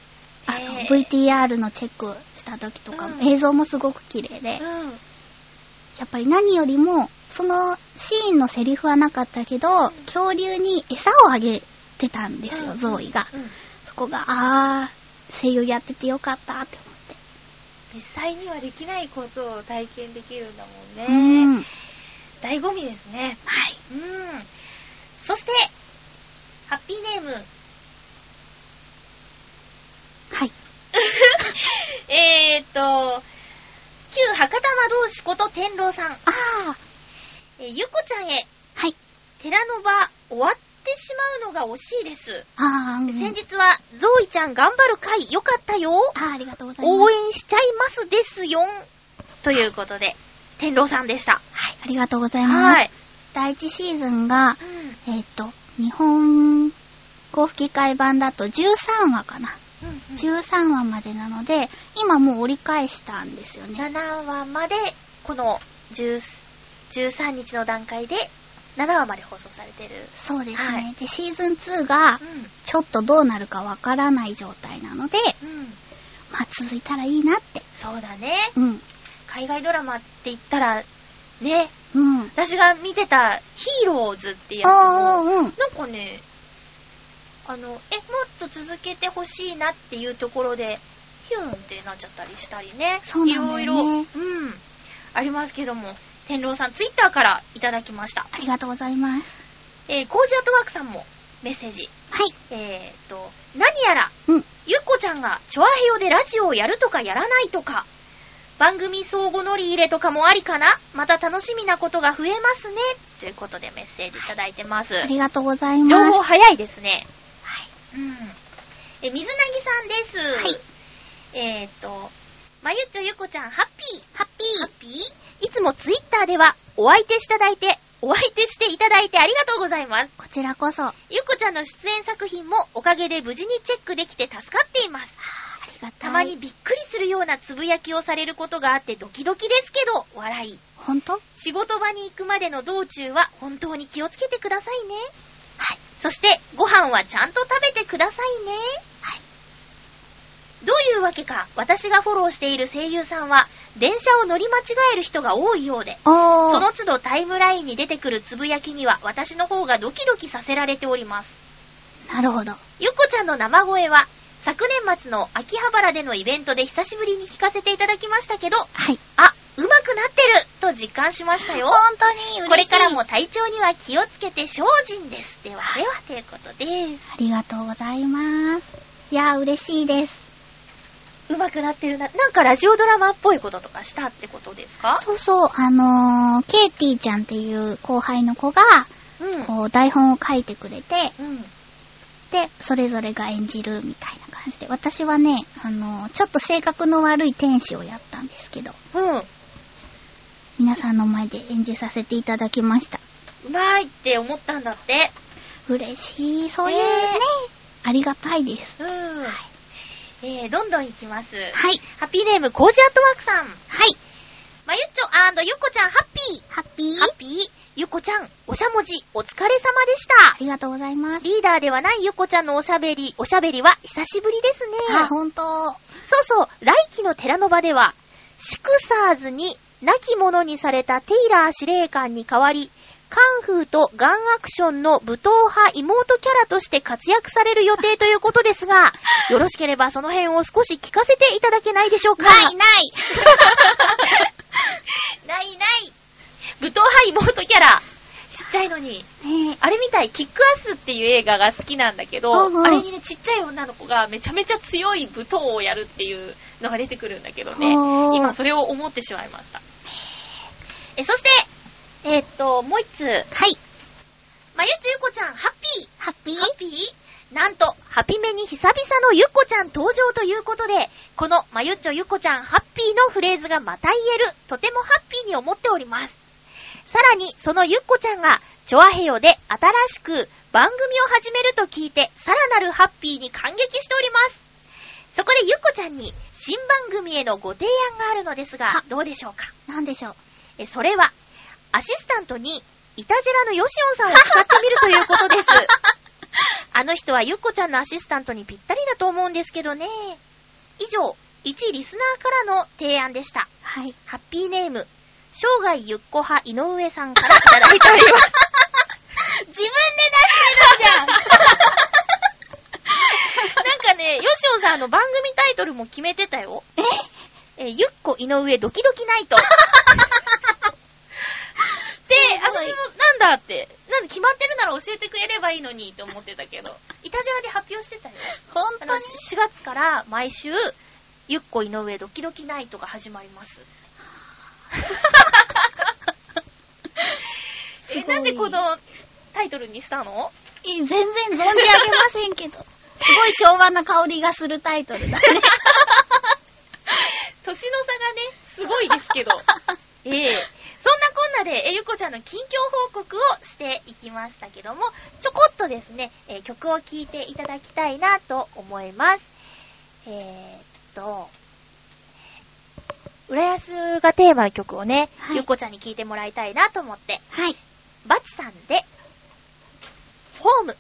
C: あの、
A: へー
C: VTR のチェックした時とかも、
A: うん
C: 映像もすごく綺麗で、や
A: うん。
C: っぱり何よりも、そのシーンのセリフはなかったけど、恐竜に餌をあげてたんですよ、
A: うん
C: ゾウイが。
A: うん
C: そこが、あー、声優やっててよかったって
A: 実際にはできないことを体験できるんだも
C: 思って。
A: んね。
C: うん。
A: 醍醐味ですね。
C: はい。
A: うん。そして、ハッピーネーム、
C: はい。
A: *laughs* えーっと、旧博多魔道士こと天狼さん、
C: あー、
A: えーゆこちゃんへ、
C: はい。
A: 寺の場、終わってしまうのが惜しいです。
C: あー、うん
A: 先日は、ゾウイちゃん頑張る回、よかったよ。
C: あー、ありがとうございます。
A: 応援しちゃいますですよん。ということで、天狼さんでした。
C: はい、ありがとうございます。
A: はい。
C: 第1シーズンが、えっ、と、日本語吹き替え版だと13話かな。
A: うんうん
C: 13話までなので、今もう折り返したんですよね。
A: 7話まで、この10 13日の段階で、7話まで放送されてる。
C: そうですね。
A: はい
C: で、シーズン2が、ちょっとどうなるかわからない状態なので、
A: うん。うん。
C: まあ続いたらいいなって。
A: そうだね。
C: うん。
A: 海外ドラマって言ったら、ね、
C: うん。
A: 私が見てたヒーローズってやつ
C: あ
A: も、
C: あ、うん。
A: なんかね、あの、え、もっと続けてほしいなっていうところで、ヒュンってなっちゃったりしたりね。
C: そうなんだよね
A: いろいろ、うん。ありますけども、天狼さん、ツイッターからいただきました。
C: ありがとうございます。
A: えー、コージアットワークさんもメッセージ。
C: はい。
A: えーと、何やら、
C: うん。
A: ゆっこちゃんがチョアヘヨでラジオをやるとかやらないとか、番組相互乗り入れとかもありかなまた楽しみなことが増えますね。ということでメッセージいただいてます。
C: ありがとうございます。
A: 情報早いですね。
C: はい。
A: うん。え、水なぎさんです。はい。えーっと、まゆっちょゆこちゃん、ハッピー。ハッピー。ハッピーいつもツイッターでは、お相手していただいて、お相手していただいてありがとうございます。
C: こちらこそ、あ
A: ゆっこちゃんの出演作品もおかげで無事にチェックできて助かっています。
C: りがたい。
A: たまに。びっくりするようなつぶやきをされることがあってドキドキですけど、笑い。
C: ほんとは
A: 仕事場に行くまでの道中は本当に気をつけてくださいね。
C: い。
A: そして、ご飯はちゃんと食べてくださいね。
C: はい。
A: どういうわけか、私がフォローしている声優さんは、電車を乗り間違える人が多いようで、
C: おー。
A: その都度タイムラインに出てくるつぶやきには、私の方がドキドキさせられております。
C: なるほど。
A: ゆっこちゃんの生声は、昨年末の秋葉原でのイベントで久しぶりに聞かせていただきましたけど、
C: はい。
A: あ、うまくなってると実感しましたよ
C: ほ。んとに嬉しい。
A: これからも体調には気をつけて精進です。ではでは、ということです。
C: ありがとうございます。いやー、嬉しいです。
A: うまくなってるな。なんかラジオドラマっぽいこととかしたってことですか
C: そうそう、あのー、ケイティちゃんっていう後輩の子が、
A: うん。
C: こう、台本を書いてくれて、
A: うん。
C: で、それぞれが演じるみたいな感じで、私はね、あのー、ちょっと性格の悪い天使をやったんですけど、
A: うん。
C: 皆さんの前で演じさせていただきました。
A: うまいって思ったんだって。
C: 嬉しい、そういうね、
A: ね
C: ありがたいです。
A: うん。えー、どんどんいきます。
C: はい。
A: ハッピーネーム、コージアットワークさん。
C: はい。
A: まゆっちょゆっこちゃん、ハッピー。
C: ハッピー。
A: ハッピー、ゆこちゃん、おしゃもじ、お疲れ様でし
C: あ
A: た。
C: りがとうございます。
A: リーダーではないゆこちゃんのおしゃべり、おしゃべりは久しぶりですね。
C: あ、ほんと。
A: そうそう、来期の寺の場では、シクサーズに、亡き者にされたテイラー司令官に代わり、カンフーとガンアクションの武闘派妹キャラとして活躍される予定ということです *laughs* が、よろしければその辺を少し聞かせていただけないでしょうか
C: ない。
A: *laughs* ないない武闘派妹キャラちっちゃいのに、
C: ねえ。
A: あれみたい、キックアスっていう映画が好きなんだけど、
C: うんうん
A: あれにね、ちっちゃい女の子がめちゃめちゃ強い武闘をやるっていうのが出てくるんだけどね
C: ほ、う
A: 今それを思ってしまいました。え、そして、えーっと、もう一つ、
C: はい。
A: まゆちゅゆこちゃん、ハッピ
C: ハッピー
A: ーハッピーなんと、ハピメに久々のゆっこちゃん登場ということで、このまゆっちょゆっこちゃんハッピーのフレーズがまた言える、とてもハッピーに思っております。さらに、そのゆっこちゃんが、チョアヘヨで新しく番組を始めると聞いて、さらなるハッピーに感激しております。そこでゆっこちゃんに、新番組へのご提案があるのですが
C: は、
A: どうでしょうか
C: なんでしょう。
A: え、それは、アシスタントに、イタジェラのヨシオンさんを使ってみるということです。あの人はゆっこちゃんのアシスタントにぴったりだと思うんですけどね。以上、一リスナーからの提案でした。
C: はい。
A: ハッピーネーム、生涯ゆっこ派井上さんからいただいております。
C: *laughs* 自分で出して
A: *laughs*
C: るじゃん
A: なんかね、ヨシオンさんあの番組タイトルも決めてたよ。
C: え
A: えー、ゆっこ井上ドキドキナ
C: *laughs*
A: イト。で、
C: ごい
A: 私もなんだって、なんで決まってるなら教えてくれればいいのにと思ってたけど、イタジェラで発表してたよ。
C: 本
A: あ
C: 当
A: の
C: に
A: 4月から毎週、ゆっこ井上ドキドキナイトが始まります。え、
C: *laughs* すごい
A: なんでこのタイトルにしたの
C: い全然存じ上げませんけ *laughs* ど。すごい昭和な香りがするタイト *laughs* ルだね。 *laughs*
A: 年の差がね、すごいですけど。ええそんなこんなで、えゆこちゃんの近況報告をしていきましたけども、ちょこっとですね、えー曲を聴いていただきたいなと思います。えーっと、浦安がテーマの曲をね、
C: はい
A: ゆっこちゃんに聴いてもらいたいなと思って、
C: はい。
A: バチさんで、フォーム。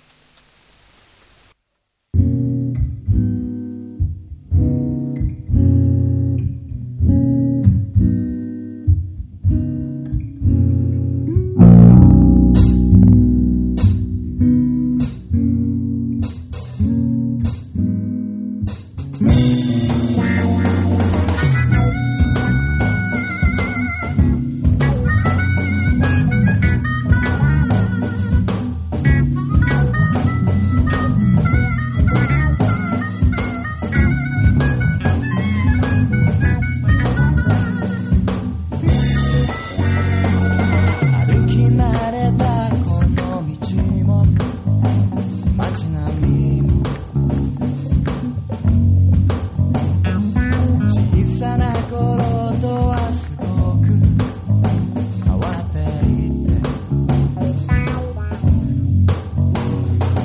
E: 歩き慣れたこの道も街並みも小さな頃とはすごく変わっていて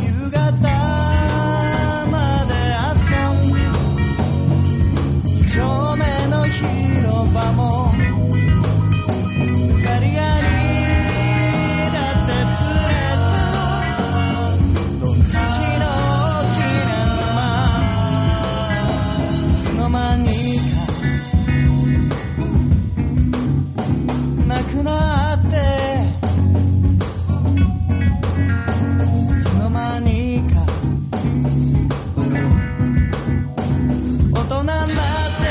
E: 夕方まで遊ん2丁目の広場もガリガリだって釣れたドン引きの記念はいつの間にかなくなっていつの間にか大人になって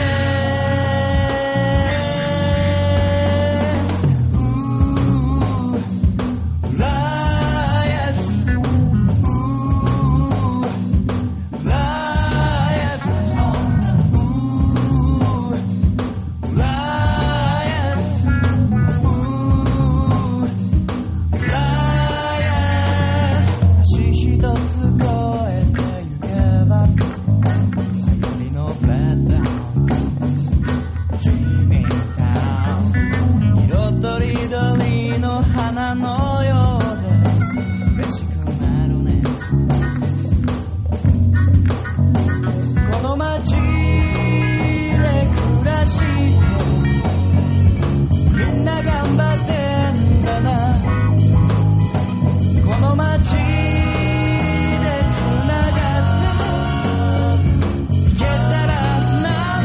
E: うーらやすうーらやすうーらやすうーらやす足ひとつ越えてゆけば流行りのベッドジミータウン色とりどりの花のようで嬉しくなるねこの街で暮らしてみんな頑張ってんだなこの街で繋がっていけたらなん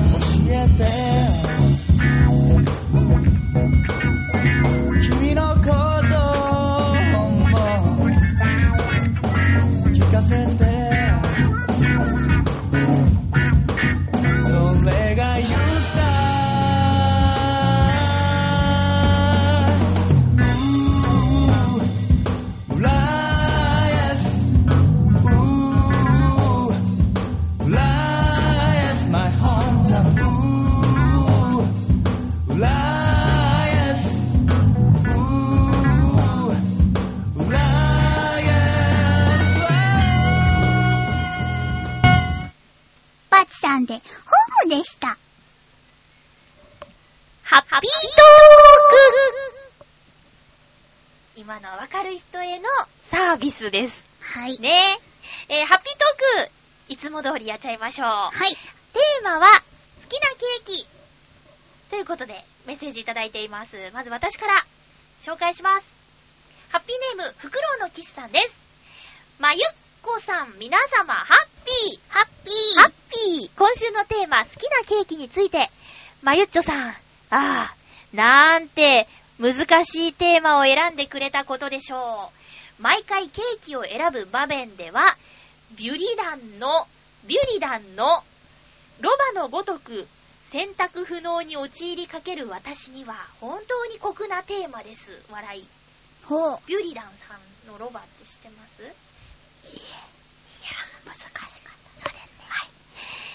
E: でも教えて君のことも聞かせてそれがユースターうらやすうー Lies, my hometown. Ooh, lies. Ooh, lies.
C: バチさんで、ホームでした。
A: ハッピートーク今のはわかる人へのサービスです。
C: はい。
A: ねえーハッピートークいつも通りやっちゃいましょう。
C: はい。
A: テーマは、好きなケーキということで、メッセージいただいています。まず私から、紹介します。ハッピーネーム、フクロウの騎士さんです。まゆっこさん、皆様、ハッピー
C: ハッピー。
A: ハッピー今週のテーマ、好きなケーキについて、まゆっちょさん、ああ、なんて、難しいテーマを選んでくれたことでしょう。毎回ケーキを選ぶ場面では、ビュリダンの、ビュリダンの、ロバのごとく、選択不能に陥りかける私には、本当に酷なテーマです。笑い。
C: ほう。
A: ビュリダンさんのロバって知ってます
C: いや、難しかった。そうですね。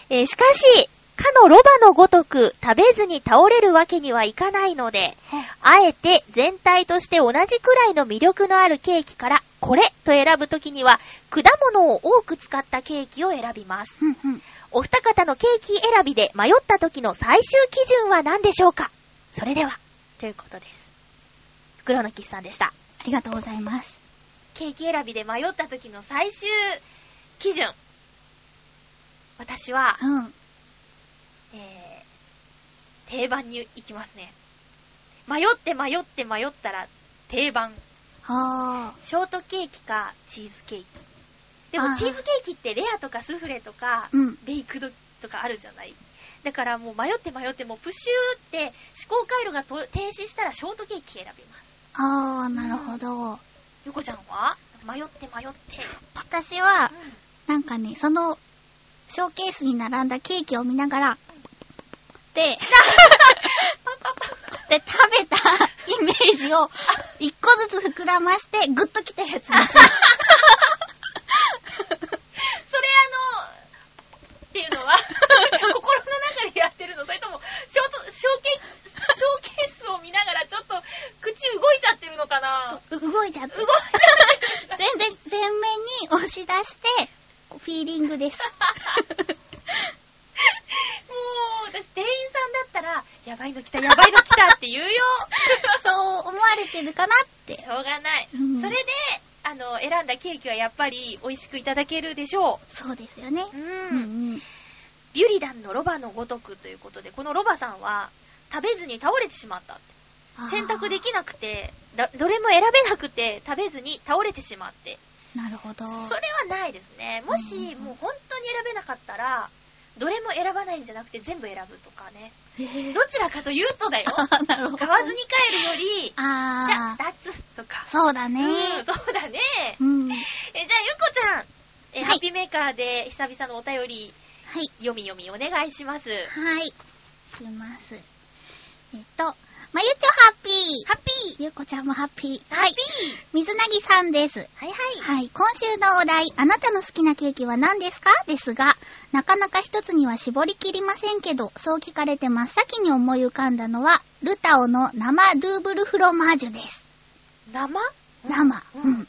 A: えーしかし、かのロバのごとく食べずに倒れるわけにはいかないので、あえて全体として同じくらいの魅力のあるケーキから、これと選ぶときには、果物を多く使ったケーキを選びます。
C: うんうん。
A: お二方のケーキ選びで迷った時の最終基準は何でしょうかそれでは、ということです。袋のキスさんでした。
C: ありがとうございます。
A: ケーキ選びで迷った時の最終基準。私は、
C: うん。
A: えー、定番に行きますね。迷って迷って迷ったら、定番。
C: あ
A: ショートケーキかチーズケーキ。で
C: あ
A: も
C: ー
A: チーズケーキってレアとかスフレとか
C: ー。、うん。
A: ベイクドとかあるじゃない。だからもう迷って迷ってもうプシューって思考回路がと停止したらショートケーキ選びます。
C: あー、なるほど。
A: ゆこちゃんは迷って迷って。
C: 私は、なんかね、その、ショーケースに並んだケーキを見ながら、
A: *laughs*
C: で、で、食べたイメージを、一個ずつ膨らまして、グッときたやつにします。
A: それあの、っていう *laughs* のは、心の中でやってるのそれとも、ショート、ショーケース、ショーケースを見ながらちょっと口動いちゃってるのかな
C: 動いちゃって
A: 動。いちゃってる
C: 全然、全面に押し出して、フィーリングです。
A: *laughs* もう、私店員さんだったら、やばいの来た、やばいの来たって言うよ。
C: そう思われてるかなって
A: し。ょうがない。
C: うん
A: それで、あの、選んだケーキはやっぱり美味しくいただけるでしょ
C: そうですよね。
A: う。
C: うんうん。
A: ビュリダンのロバのごとくということで、このロバさんは、食べずに倒れてしまった。選択で
C: き
A: きなくて、だどれも選べなくて、食べずに倒れてしまって。
C: なるほど。
A: それはないですね。もし、
C: うん
A: もう本当に選べなかったら、どれも選ばないんじゃなくて全部選ぶとかね。
C: へー
A: どちらかというとだよ。
C: あー *laughs* なるほど。
A: 買わずに帰るより、じゃ
C: あ
A: あ、脱とか
C: ー。。そうだね。
A: うん、そうだね。え、じ
C: うん。
A: ゃあ、ゆこちゃん、え、
C: はい
A: ハッピーメーカーで久々のお便り、
C: はい。
A: 読み読みお願いし
C: *laughs*
A: ます。ハ
C: はい。いきます。えっと、まゆちょハッピー。
A: ッピー
C: ゆうこちゃんもハッピー。
A: ハッピ
C: 水なぎさんです。
A: ーはいはい。
C: はい。今週のお題、あなたの好きなケーキは何ですかですが、なかなか一つには絞りきりませんけど、そう聞かれて真っ先に思い浮かんだのは、ルタオの生ドゥーブルフロマージュです。
A: 生
C: 生。
A: う
C: うんん。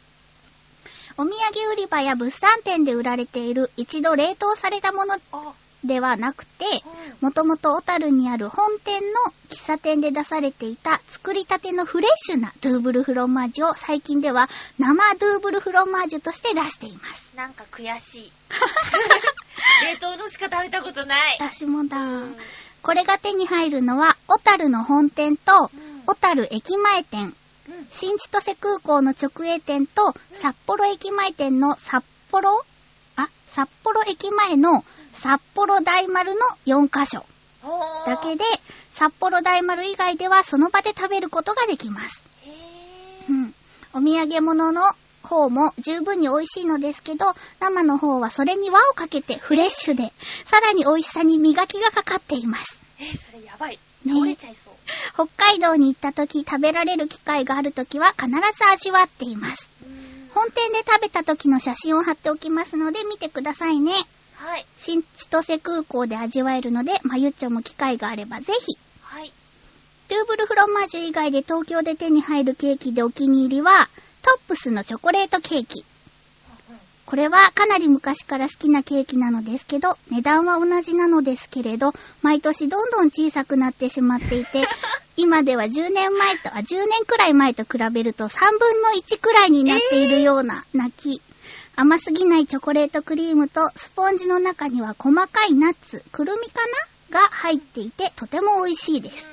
C: お土産売り場や物産展で売られている一度冷凍されたもの
A: あ、
C: ではなくて、
A: うん
C: もともと小樽にある本店の喫茶店で出されていた作りたてのフレッシュなドゥーブルフロマージュを最近では生ドゥーブルフロマージュとして出しています。
A: なんか悔しい。冷凍のしか食べたことない。
C: 私もだ。
A: うん
C: これが手に入るのは小樽の本店と
A: うん
C: 小樽駅前店、
A: うん
C: 新千歳空港の直営店と、札幌駅前店の札幌あ、札幌駅前の札幌大丸の4カ所
A: おー
C: だけで、札幌大丸以外ではその場で食べることができます。
A: へー
C: うん。お土産物の方も十分に美味しいのですけど、生の方はそれに輪をかけてフレッシュで、さらに美味しさに磨きがかかっています。
A: えー、それやばい。
C: ね
A: 倒れちゃいそう。
C: 北海道に行った時、食べられる機会がある時は必ず味わっています。
A: うん
C: 本店で食べた時の写真を貼っておきますので見てくださいね。
A: はい。
C: 新千歳空港で味わえるので、まゆっちょも機会があればぜひ。
A: はい。
C: ルーブルフロマージュ以外で東京で手に入るケーキでお気に入りは、トップスのチョコレートケーキ。これはかなり昔から好きなケーキなのですけど、値段は同じなのですけれど、毎年どんどん小さくなってしまっていて、今では10年前と、あ、10年くらい前と比べると3分の1くらいになっているような泣き。甘すぎないチョコレートクリームとスポンジの中には細かいナッツ、くるみかなが入っていてとても美味しいです。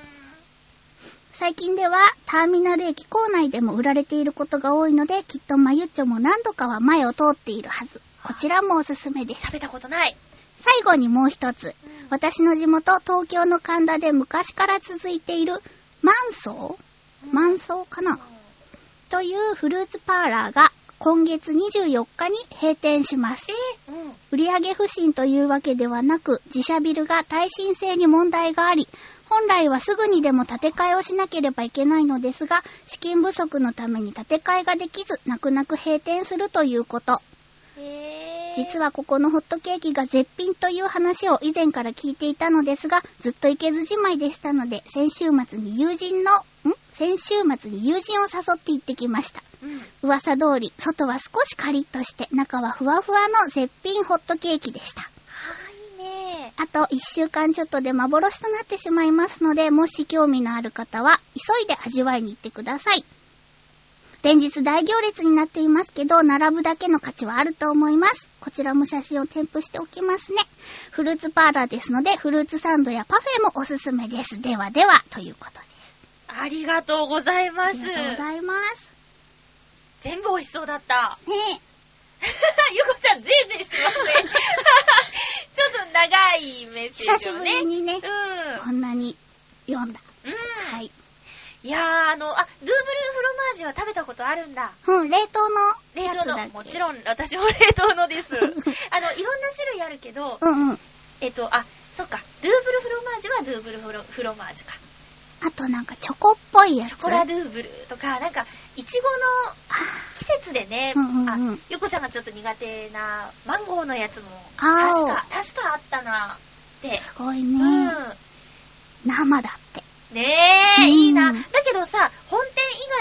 C: 最近ではターミナル駅構内でも売られていることが多いのできっとまゆっちょも何度かは前を通っているはずこちらもおすすめで
A: 食
C: す
A: べたことない。
C: 最後にもう一つ
A: うん
C: 私の地元東京の神田で昔から続いているマンソ
A: うん
C: ウマンソウかなというフルーツパーラーが今月24日に閉店します
A: えー、うん。
C: 売上不振というわけではなく、自社ビルが耐震性に問題があり、本来はすぐにでも建て替えをしなければいけないのですが、資金不足のために建て替えができず、泣く泣く閉店するということ。
A: へー
C: 実はここのホットケーキが絶品という話を以前から聞いていたのですが、ずっと行けずじまいでしたので、先週末に友人の、ん先週末に友人を誘って行ってきました。
A: うん。
C: 噂通り、外は少しカリッとして、中はふわふわの絶品ホットケーキでした。
A: はいね。
C: あと1週間ちょっとで幻となってしまいますので、もし興味のある方は、急いで味わいに行ってください。連日大行列になっていますけど、並ぶだけの価値はあると思います。こちらも写真を添付しておきますね。フルーツパーラーですので、フルーツサンドやパフェもおすすめです。ではでは、ということです。
A: ありがとうござい
C: あ
A: ます
C: り。がとうございます。
A: 全部美味しそうだった。 *laughs*
C: ねえ。
A: ゆこちゃん、ぜいぜいしてますね。
C: *laughs*
A: ちょっと長いメッセー
C: 久
A: ジ
C: し
A: を
C: ぶ
A: ね。
C: りにね
A: う、ん。
C: こんなに読んだ。
A: うん。。
C: はいい。
A: やー、あの、あ、ルーブルーフロマージュは食べたことあるんだ。
C: うん、冷凍の
A: 冷
C: や
A: 凍
C: つだっ
A: の。
C: け
A: もちろん、私も冷凍のです。あの、いろんな種類あるけど、
C: うんうん。
A: えっと、あ、そっか、ルーブルフロマージュはルーブルフロフロマージュか。
C: あとなんかチョコっぽいやつ。
A: ショコラルーブルとか、なんか、いちごの
C: あ
A: 季節でね、
C: うんうんうん
A: あ、ゆこちゃんがちょっと苦手なマンゴーのやつも、
C: あ
A: 確
C: ー
A: か、確かあったなって
C: ー。すごいね。
A: う
C: 生だって。
A: ん。ねえ、
C: うん
A: いいな。だけどさ、本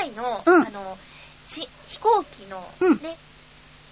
A: 店以外の、
C: うん
A: あの、し飛行機の、
C: うん
A: ね、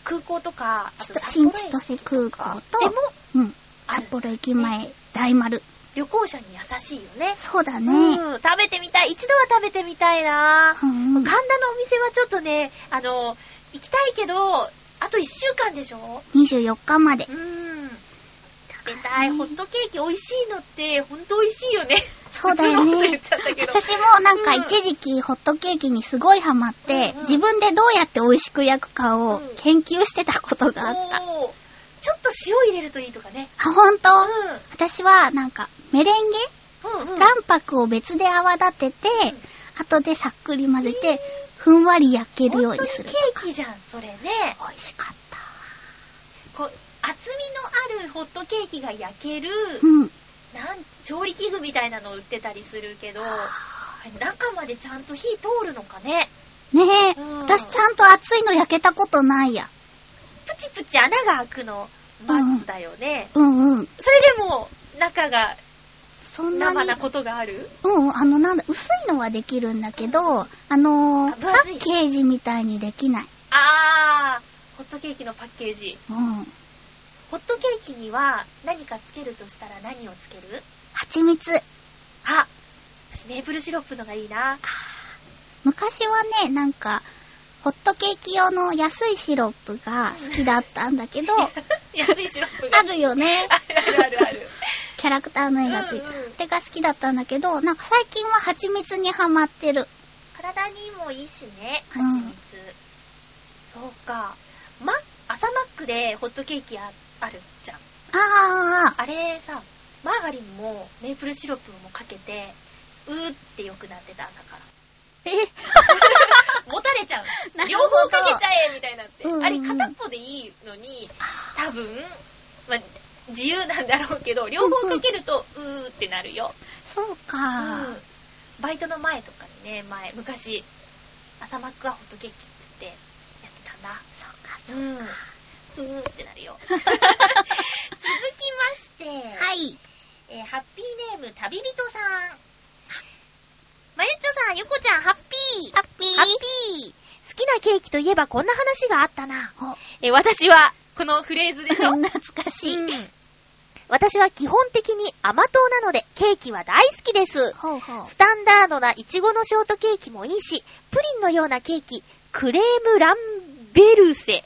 A: 空港とか、あ
C: ち
A: と
C: と
A: 札幌
C: 新
A: 駅
C: 千歳空港と
A: でも、
C: うん、
A: ある
C: 札幌駅前、大丸。
A: 旅行者に優しいよね。
C: そうだね。うん
A: うん、食べてみたい。一度は食べてみたいな。
C: うん
A: 神田のお店はちょっとね、あの、行きたいけど、あと一週間でしょ
C: 24日まで
A: う。ん。食べたい。ホットケーキ美味しいのって、ほんと美味しいよね。
C: そうだよ
A: *laughs* 普通のこと言
C: ね
A: っちゃったけ。ど
C: 私もなんか
A: うん
C: 一時期ホットケーキにすごいハマって、
A: うんうん
C: 自分でどうやって美味しく焼くかを
A: うん
C: 研究してたことがあった。
A: おーちょっと塩入れるといいとかね。
C: あ、ほんと
A: う
C: 私はなんかメレン
A: ん。うんう
C: ゲ
A: ん。
C: 卵白を別で泡立てて、後でさっくり混ぜて、ふんわり焼けるようにすると
A: 本当
C: か。
A: にケーキじゃん、それね。
C: 美味しかった。
A: こう、厚みのあるホットケーキが焼ける、
C: うん。
A: なん、調理器具みたいなの売ってたりするけど、中までちゃんと火通るのかね。
C: ねえ、
A: うん
C: 私ちゃんと熱いの焼けたことないや。
A: プチプチ穴が開くの、待つだよね。
C: うんうん。
A: それでも、中が
C: そんなに。
A: 生なことがあ
C: *laughs*
A: る
C: うんうん、あの、なんだ、薄いのはできるんだけど、あの
A: あ
C: ー、パ
A: 分厚い
C: ッケージみたいにできない。
A: あー、ホットケーキのパッケージ。
C: うん。
A: ホットケーキには何かつけるとしたら何をつける
C: 蜂蜜。
A: あ、私メープルシロップのがいいな。
C: 昔はね、なんか、ホットケーキ用の安いシロップが好きだったんだけど、
A: 安いシロップが。
C: あるよね。
A: あるあるある
C: *laughs*
A: ある。
C: キャラクターの絵がついた。
A: うんうん
C: 手が好きだったんだけど、なんか最近は蜂蜜にハマってる。
A: 体にもいいしね、
C: うん
A: 蜂蜜。そうか。ま、朝マックでホットケーキああるじゃん。
C: あー、
A: あれさ、マーガリンもメープルシロップもかけて、うーって良くなってたんだか
C: え、
A: ら。もたれちゃう
C: な。る
A: 両
C: ほど
A: 方かけちゃえみたいになって。
C: うんうん
A: あれ片っぽでいいのに、多分、ま、自由なんだろうけど、両方かけると、うーってなるよ。
C: そう
A: う
C: か。
A: ん。バイトの前とかにね、前、昔、朝マックはホットケーキってやってたんだ。
C: そうか、そう
A: うん。うーってなる *laughs* よ。続きまして、
C: はい。
A: えーハッピーネーム、旅人さん。まゆっちょさん、ゆこちゃん、ハッピー。
C: ハッピー。
A: ハッピー。好きなケーキといえばこんな話があったな。
C: お
A: えー私は、このフレーズでしょ。
C: *laughs* 懐かしい。
A: うん私は基本的に甘党なので、ケーキは大好きです。
C: ほうほう。
A: スタンダードなイチゴのショートケーキもいいし、プリンのようなケーキ、クレームランベルセ。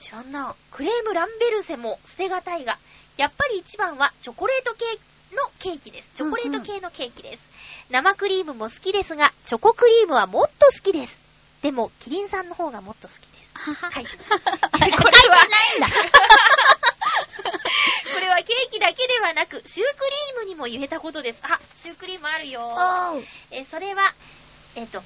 A: 知らんな。クレームランベルセも捨てがたいが、やっぱり一番はチョコレート系のケーキです。チョコレート系のケーキです。生クリームも好きですが、チョコクリームはもっと好きです。でも、キリンさんの方がもっと好きです。
C: はい *laughs* 書い
A: れは
C: てないんだ。
A: *laughs* これはケーキだけではなく、シュークリームにも言えたことです。あ、シュークリームあるよ。
C: おう。
A: えーそれは、えっ、と、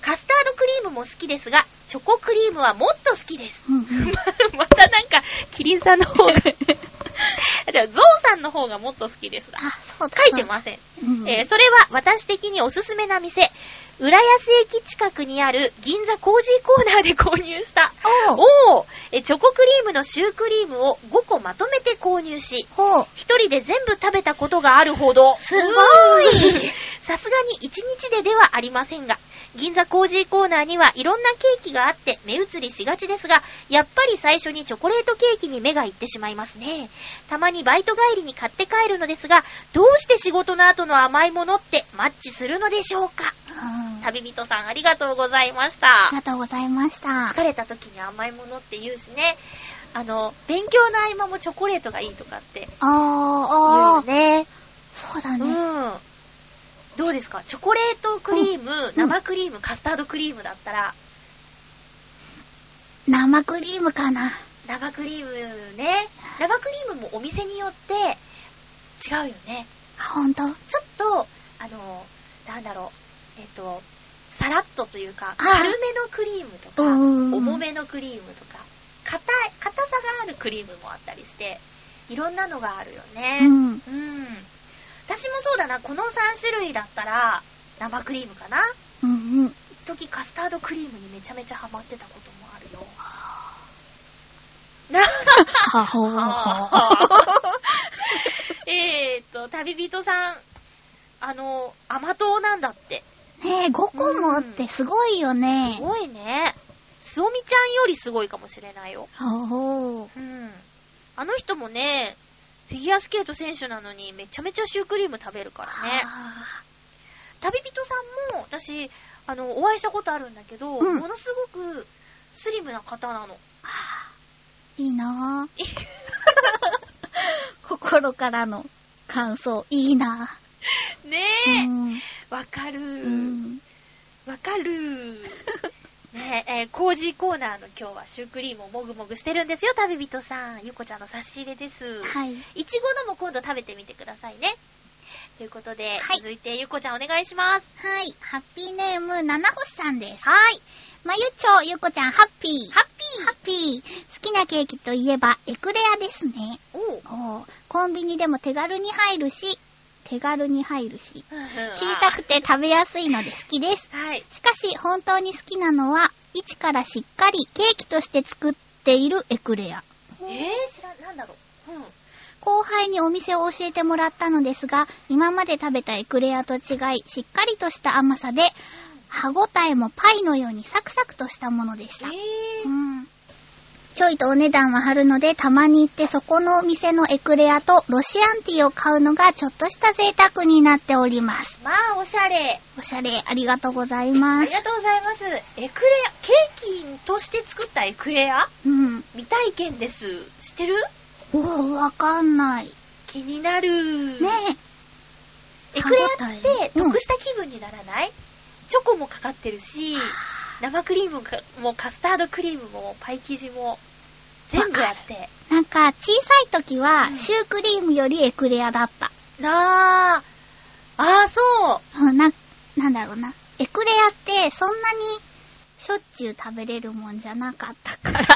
A: カスタードクリームも好きですが、チョコクリームはもっと好きです。 *laughs*
C: うん
A: ままたなんか、キリンさんの方
C: *laughs*
A: が、じゃあ、ゾウさんの方がもっと好きですが、
C: あ、そうだ。。
A: 書いてますせん。
C: うん
A: えーそれは私的におすすめな店、浦安駅近くにある銀座コージーコーナーで購入した、
C: おう。
A: おーえーチョコクリームのシュークリームを5個まとめて購入し、
C: ほう。
A: 一人で全部食べたことがあるほど。
C: すごい
D: *laughs*
A: さすがに一日でではありませんが、
D: 銀座コージーコーナーにはいろんなケーキがあって目移りしがちですが、やっぱり最初にチョコレートケーキに目がいってしまいますね。たまにバイト帰りに買って帰るのですが、どうして仕事の後の甘いものってマッチするのでしょうか
C: うんあ
D: 旅人さんありがとうございました。
C: りがとうございました。
D: 疲れた時に甘いものって言うしね。あの、勉強の合間もチョコレートがいいとかって
C: あー、
D: 言う
C: あ
D: よ
C: ー、
D: ね。
C: そうだね。
D: うん。どうですかチョコレートクリーム、
C: ん
D: 生クリーム、カスタードクリームだったら、
C: 生クリームかな。
D: 生クリームね。生クリームもお店によって違うよね。
C: あ、ほんとあ
D: ちょっと、あの、なんだろう、えっと、さらっとというか、
C: あ
D: 軽めのクリームとか、
C: うん *laughs*
D: 重めのクリームとか、硬い、硬さがあるクリームもあったりして、いろんなのがあるよね。
C: うん。
D: うん。私もそうだな、この3種類だったら、生クリームかな
C: うんうん。
D: 一時カスタードクリームにめちゃめちゃハマってたこともあるよ。
C: あ、ほうほうほう。
D: えーっと、旅人さん、あの、甘党なんだって。
C: *laughs* ねえ、5個もってすごいよね
D: す。ごいね。すおみちゃんよりすごいかもしれないよ。
C: ほほ
D: うん。あの人もね、フィギュアスケート選手なのにめちゃめちゃシュークリーム食べるからね。旅人さんも、私、あの、お会いしたことあるんだけど、
C: うん
D: ものすごくスリムな方なの。
C: いいなぁ。 *laughs* 心からの感想、いいな
D: ね
C: ぁ。うん。
D: え、わ、かる。
C: うん。
D: わかる *laughs* ー。ねえ、えーコージーコーナーの今日はシュークリームをもぐもぐしてるんですよ、旅人さん。ゆこちゃんの差し入れです。
C: はい。
D: い。ちごのも今度食べてみてくださいね。ということで、
C: はい
D: 続いてゆこちゃんお願いします。
C: はい。ハッピーネーム、七星さんです。
D: はい。
C: まゆちょ、ゆこちゃん、ハッピー。
D: ハッ
C: ハッピー。好きなケーキといえば、エクレアですね。
D: ピーおう。
C: おーコンビニでも手軽に入るし、手軽に入るし、小さくて食べやすいので好きです。
D: はい。
C: しかし、本当に好きなのは、一からしっかりケーキとして作っているエクレア。
D: えー、知らん、なんだろう。うん。
C: 後輩にお店を教えてもらったのですが、今まで食べたエクレアと違い、しっかりとした甘さで、歯ごたえもパイのようにサクサクとしたものでした。
D: え
C: う
D: ー、
C: ん。ちょいとお値段は張るので、たまに行ってそこのお店のエクレアとロシアンティーを買うのがちょっとした贅沢になっております。
D: まあ、おしゃれ。
C: おしゃれ、ありがとうござい
D: あ
C: ま
D: り
C: す
D: が。とうございます。エクレア、ケーキとして作ったエクレア
C: うん。
D: 未体験です。知ってる
C: おー、わかんない。ね
D: 気になるー。
C: え。
D: エクレア
C: 歯応え
D: って得した気分にならない、チョコもかかってるし、生クリームかもカスタードクリームもパイ生地も全部あって。
C: なんか、小さい時は
D: う、ん
C: シュークリームよりエクレアだった。
D: なあ、ああ、そう。
C: うん、な、なんだろうな。エクレアって、そんなに、しょっちゅう食べれるもんじゃなかったから。シ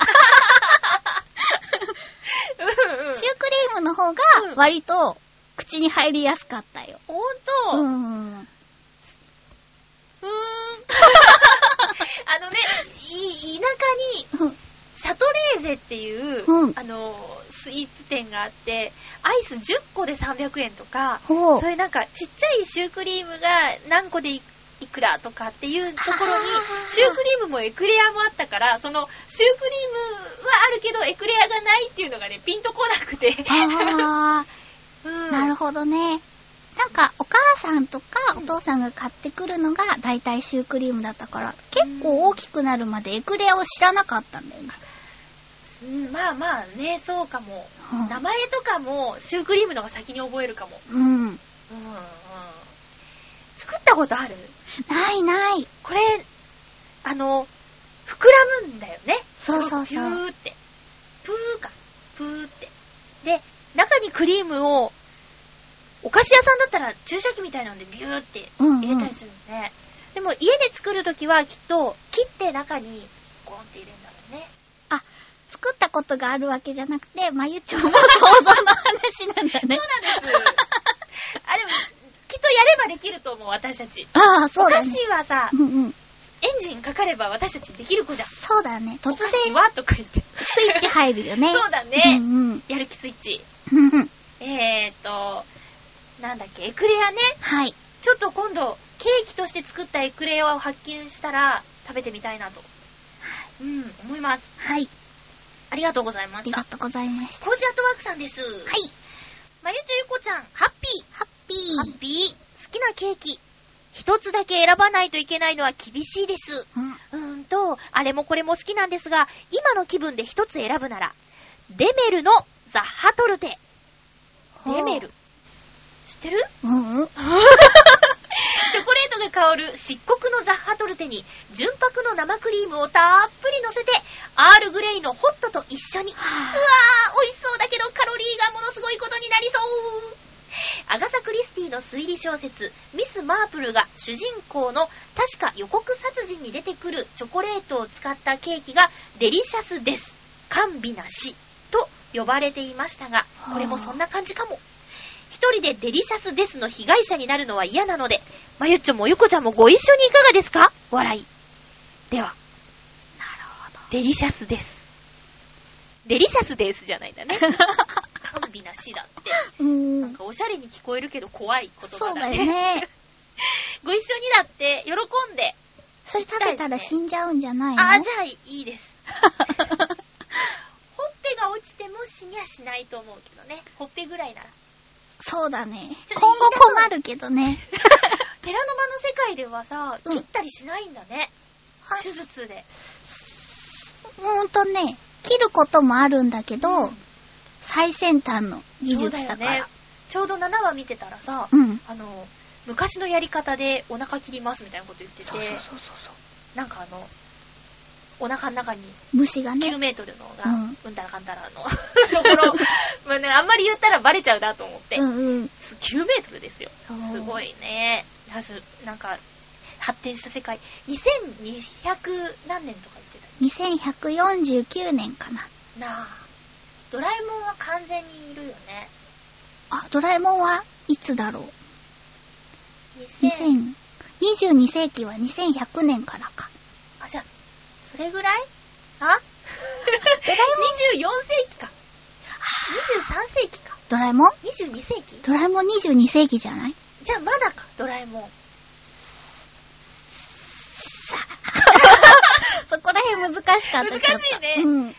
D: うんう
C: ュー
D: ん
C: ク。リームの方が
D: う、ん
C: 割と、口に入りやすかったよ。
D: ほん
C: う
D: と、うーん。
C: ん。
D: *laughs* あのね、い田舎に
C: うん
D: シャトレーゼっていう、
C: うん
D: あの、スイーツ店があって、アイス10個で300円とか、
C: ほう
D: そういうなんかちっちゃいシュークリームが何個でいいくらとかっていうところに
C: あ、ー
D: シュークリームもエクレアもあったから、そのシュークリームはあるけどエクレアがないっていうのがね、ピンとこなくて。
C: あ
D: うん
C: ー、なるほどね。なんか、お母さんとかお父さんが買ってくるのが、だいたいシュークリームだったから、結構大きくなるまでエクレアを知らなかったんだよね。
D: うんまあまあね、そうかも。
C: うん
D: 名前とかもシュークリームのが先に覚えるかも。
C: うん。
D: うんうん、作ったことある
C: ないない。
D: これ、あの、膨らむんだよね。
C: そうそうそう
D: すごくピューって。プーか。プーって。で、中にクリームを、お菓子屋さんだったら注射器みたいなんでビューって入れたりするのね。でも家で作るときはきっと切って中にゴンって入れるんだろう
C: *laughs*
D: ね。
C: 作ったことがあるわけじゃなくて、まゆちょも想像の話なんだね。
D: そうなんです。あ、でも、きっとやればできると思う、私たち。
C: *laughs* ああ、
D: お
C: そうだ
D: 菓
C: ね。
D: 子はさ、
C: うんうん。
D: エンジンかかれば私たちできる子じゃん。
C: そうだね。突
D: お菓子
C: 然、
D: はとか言って。
C: スイッチ入るよ *laughs* ね。
D: そうだね
C: うんうん
D: やる気スイッチ。
C: うんうん。 *laughs*
D: えーっと、なんだっけ、エクレアね。
C: はい。
D: ちょっと今度、
A: ケーキとして作ったエクレアを発見したら食べてみたいなと。うん、思います。
C: はい。
A: ありがとうござい
C: あ
A: まし
C: り
A: た。
C: がとうございました。
A: コージアットワークさんです。はい
C: はい。
A: まゆちょゆこちゃん、ハッピー。
C: ハッピ
A: ハ
C: ー
A: ッ。ピー。好きなケーキ。一つだけ選ばないといけないのは厳しいです。
C: うん。
A: うーんと、あれもこれも好きなんですが、今の気分で一つ選ぶなら、デメルのザッハトルテ。
C: ほう
A: デメル。知ってる
C: うんうん。
A: チョコレートが香る漆黒のザッハトルテに、純白の生クリームをたっぷり乗せて、アールグレイのホットと一緒に。うわー、美味しそうだけどカロリーがものすごいことになりそう。アガサ・クリスティの推理小説、ミス・マープルが主人公の確か予告殺人に出てくるチョコレートを使ったケーキがデリシャスです。甘美なしと呼ばれていましたが、これもそんな感じかも。一人でデリシャスですの被害者になるのは嫌なので、まゆっちょもゆこちゃんもご一緒にいかがですか笑い。では。なるほど。デリシャスです。デリシャスですじゃないんだね。甘美なしだって。
C: う
A: なん
C: ん。
A: かおしゃれに聞こえるけど怖い言
C: そ
A: 葉
C: う
A: だ
C: だ
A: ね。
C: よね。
A: *laughs* ご一緒にだって喜んで、
C: それ食べたら死んじゃうんじゃないの
A: ああ、じゃあいい
C: *laughs*
A: です。ほっぺが落ちても死にゃしないと思うけどね。ほっぺぐらい
C: *laughs*
A: なら。
C: そうだね。
A: ちょっ
C: 今
A: と
C: 後困るけどね。
A: 寺の間の世界ではさ、
C: うん
A: 切ったりしないんだね。
C: はい
A: 手術で。
C: ほんとね、切ることもあるんだけど、
A: うん
C: 最先端の技術だ
A: そう
C: か
A: よね
C: ら。。
A: ちょうど7話見てたらさ、
C: うん。
A: あの、昔のやり方でお腹切りますみたいなこと言ってて、
C: そうそうそうそ
A: なんかあの、お腹の中に
C: う。虫がね
A: 9。メートルのが、
C: うん
A: うんたらかんたらの *laughs* とこ
C: *laughs*
A: ろ、 *laughs* まあね、あんまり言ったらバレちゃうなと思って、
C: うんうん。
A: す9メートルですよ。
C: そう
A: すごいね。はしなんか、発展した世界、2200何年とか言って
C: 2149年かな。
A: たなあ。ドラえもんは完全にいるよね。
C: あ、ドラえもんはいつだろう
A: 2000
C: 2000 22世紀は2100年からか。
A: あ、じゃあ、それぐらい *laughs* あ *laughs* ?24 世紀か。23世紀か。
C: ドラえもん
A: 22世紀
C: ドラえもん22世紀じゃない
A: じゃあまだか、ドラえもん。 *laughs*
C: そこら辺難しかった。
A: 難しいね
C: ちょっとうん。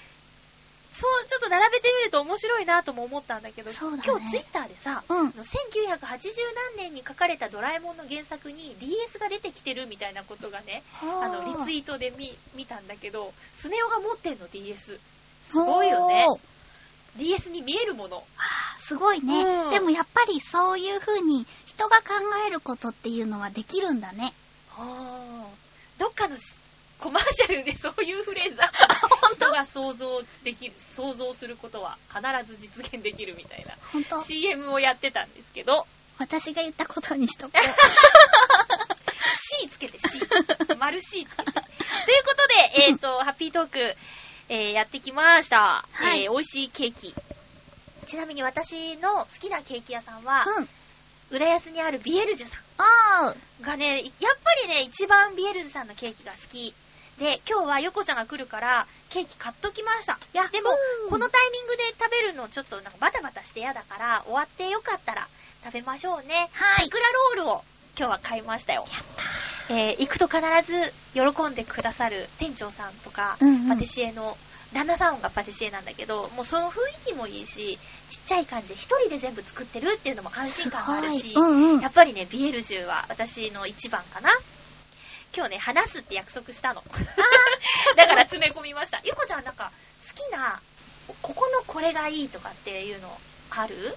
A: そう、ちょっと並べてみると面白いなとも思ったんだけど、
C: そうだね
A: 今日ツイッターでさ、
C: うん
A: あの1980何年に書かれたドラえもんの原作に DS が出てきてるみたいなことがね、あの、リツイ
C: イ
A: ートで見、見たんだけど、スネ夫が持ってんの DS。すごいよね。DS に見えるもの。
C: すごいね、
A: うん
C: でもやっぱりそういう風に人が考えることっていうのはできるんだね。
A: あーどっかのしコマーシャルでそういうフレーズあった人が想像できる、想像することは必ず実現できるみたいな
C: ほんと。
A: CM をやってたんですけど、
C: 私が言ったことにしとこう。
A: C つけて C。丸 *laughs* C つけて。ということで、えっ、と、ハッピートーク、えーやってきました。
C: はい
A: えー美味しいケーキ。ちなみに私の好きなケーキ屋さんは、
C: うん。
A: 浦安にあるビエルジュさ
C: あ
A: んがね、やっぱりね、一番ビエルジュさんのケーキが好き。で、今日はヨコちゃんが来るから、ケーキ買っときました。いや、でも、
C: うん
A: このタイミングで食べるのちょっとなんかバタバタして嫌だから、終わってよかったら食べましょうね。
C: はい
A: 桜ロールを今日は買いましたよ。えー行くと必ず喜んでくださる店長さんとか、
C: うんうん
A: パティシエの、旦那さんがパティシエなんだけど、もうその雰囲気もいいし、ちっちゃい感じで一人で全部作ってるっていうのも安心感もあるし、
C: すごいうんうん
A: やっぱりね、ビエルジュは私の一番かな。今日ね、話すって約束したの。だから詰め込みました。ゆこちゃんなんか、好きな、ここのこれがいいとかっていうのある
C: ー、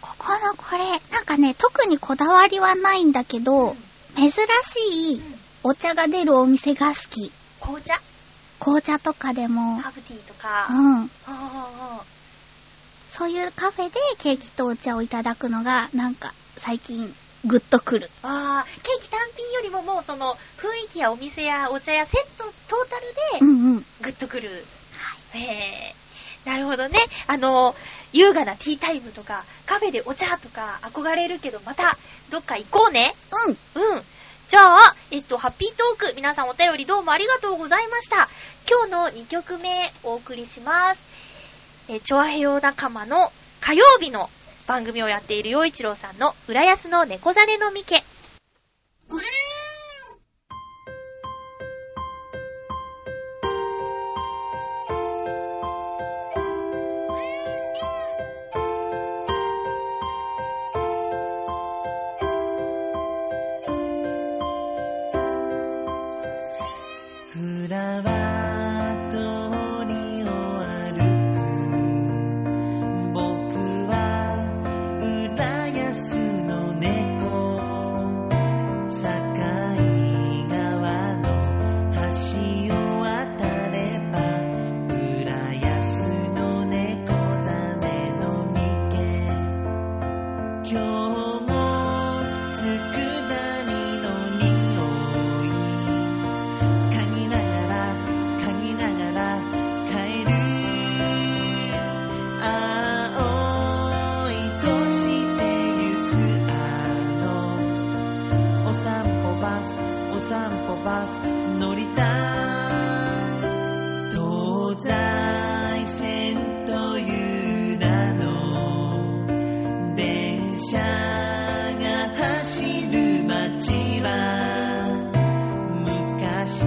C: ここのこれ、なんかね、特にこだわりはないんだけど、珍しいお茶が出るお店が好き。
A: 紅茶
C: 紅茶とかでも、
A: ハーブティーとか。
C: うん。
A: あー
C: そういうカフェでケーキとお茶をいただくのが、なんか、最近、グッとくる。
A: あー、ケーキ単品よりももうその雰囲気やお店やお茶やセット、トータル
C: う
A: で
C: んうん。
A: グッとくる。へー。なるほどね。あの、優雅なティータイムとか、カフェでお茶とか憧れるけど、またどっか行こうね。
C: うん。
A: うん。じゃあ、えっと、ハッピートーク、皆さんお便りどうもありがとうございました。今日の2曲目お送りします。えー、チョアヘヨ仲間の火曜日の番組をやっている陽一郎さんの浦安の猫ザネのミケ。
E: フラワー通りを歩く僕は浦安の猫境川の橋を渡れば浦安の猫ザメの池今日もつくだりの匂い嗅ぎながら嗅ぎながら帰る青いとしてゆくあのお散歩バスお散歩バス乗りたい東西線という名の電車が走る街は昔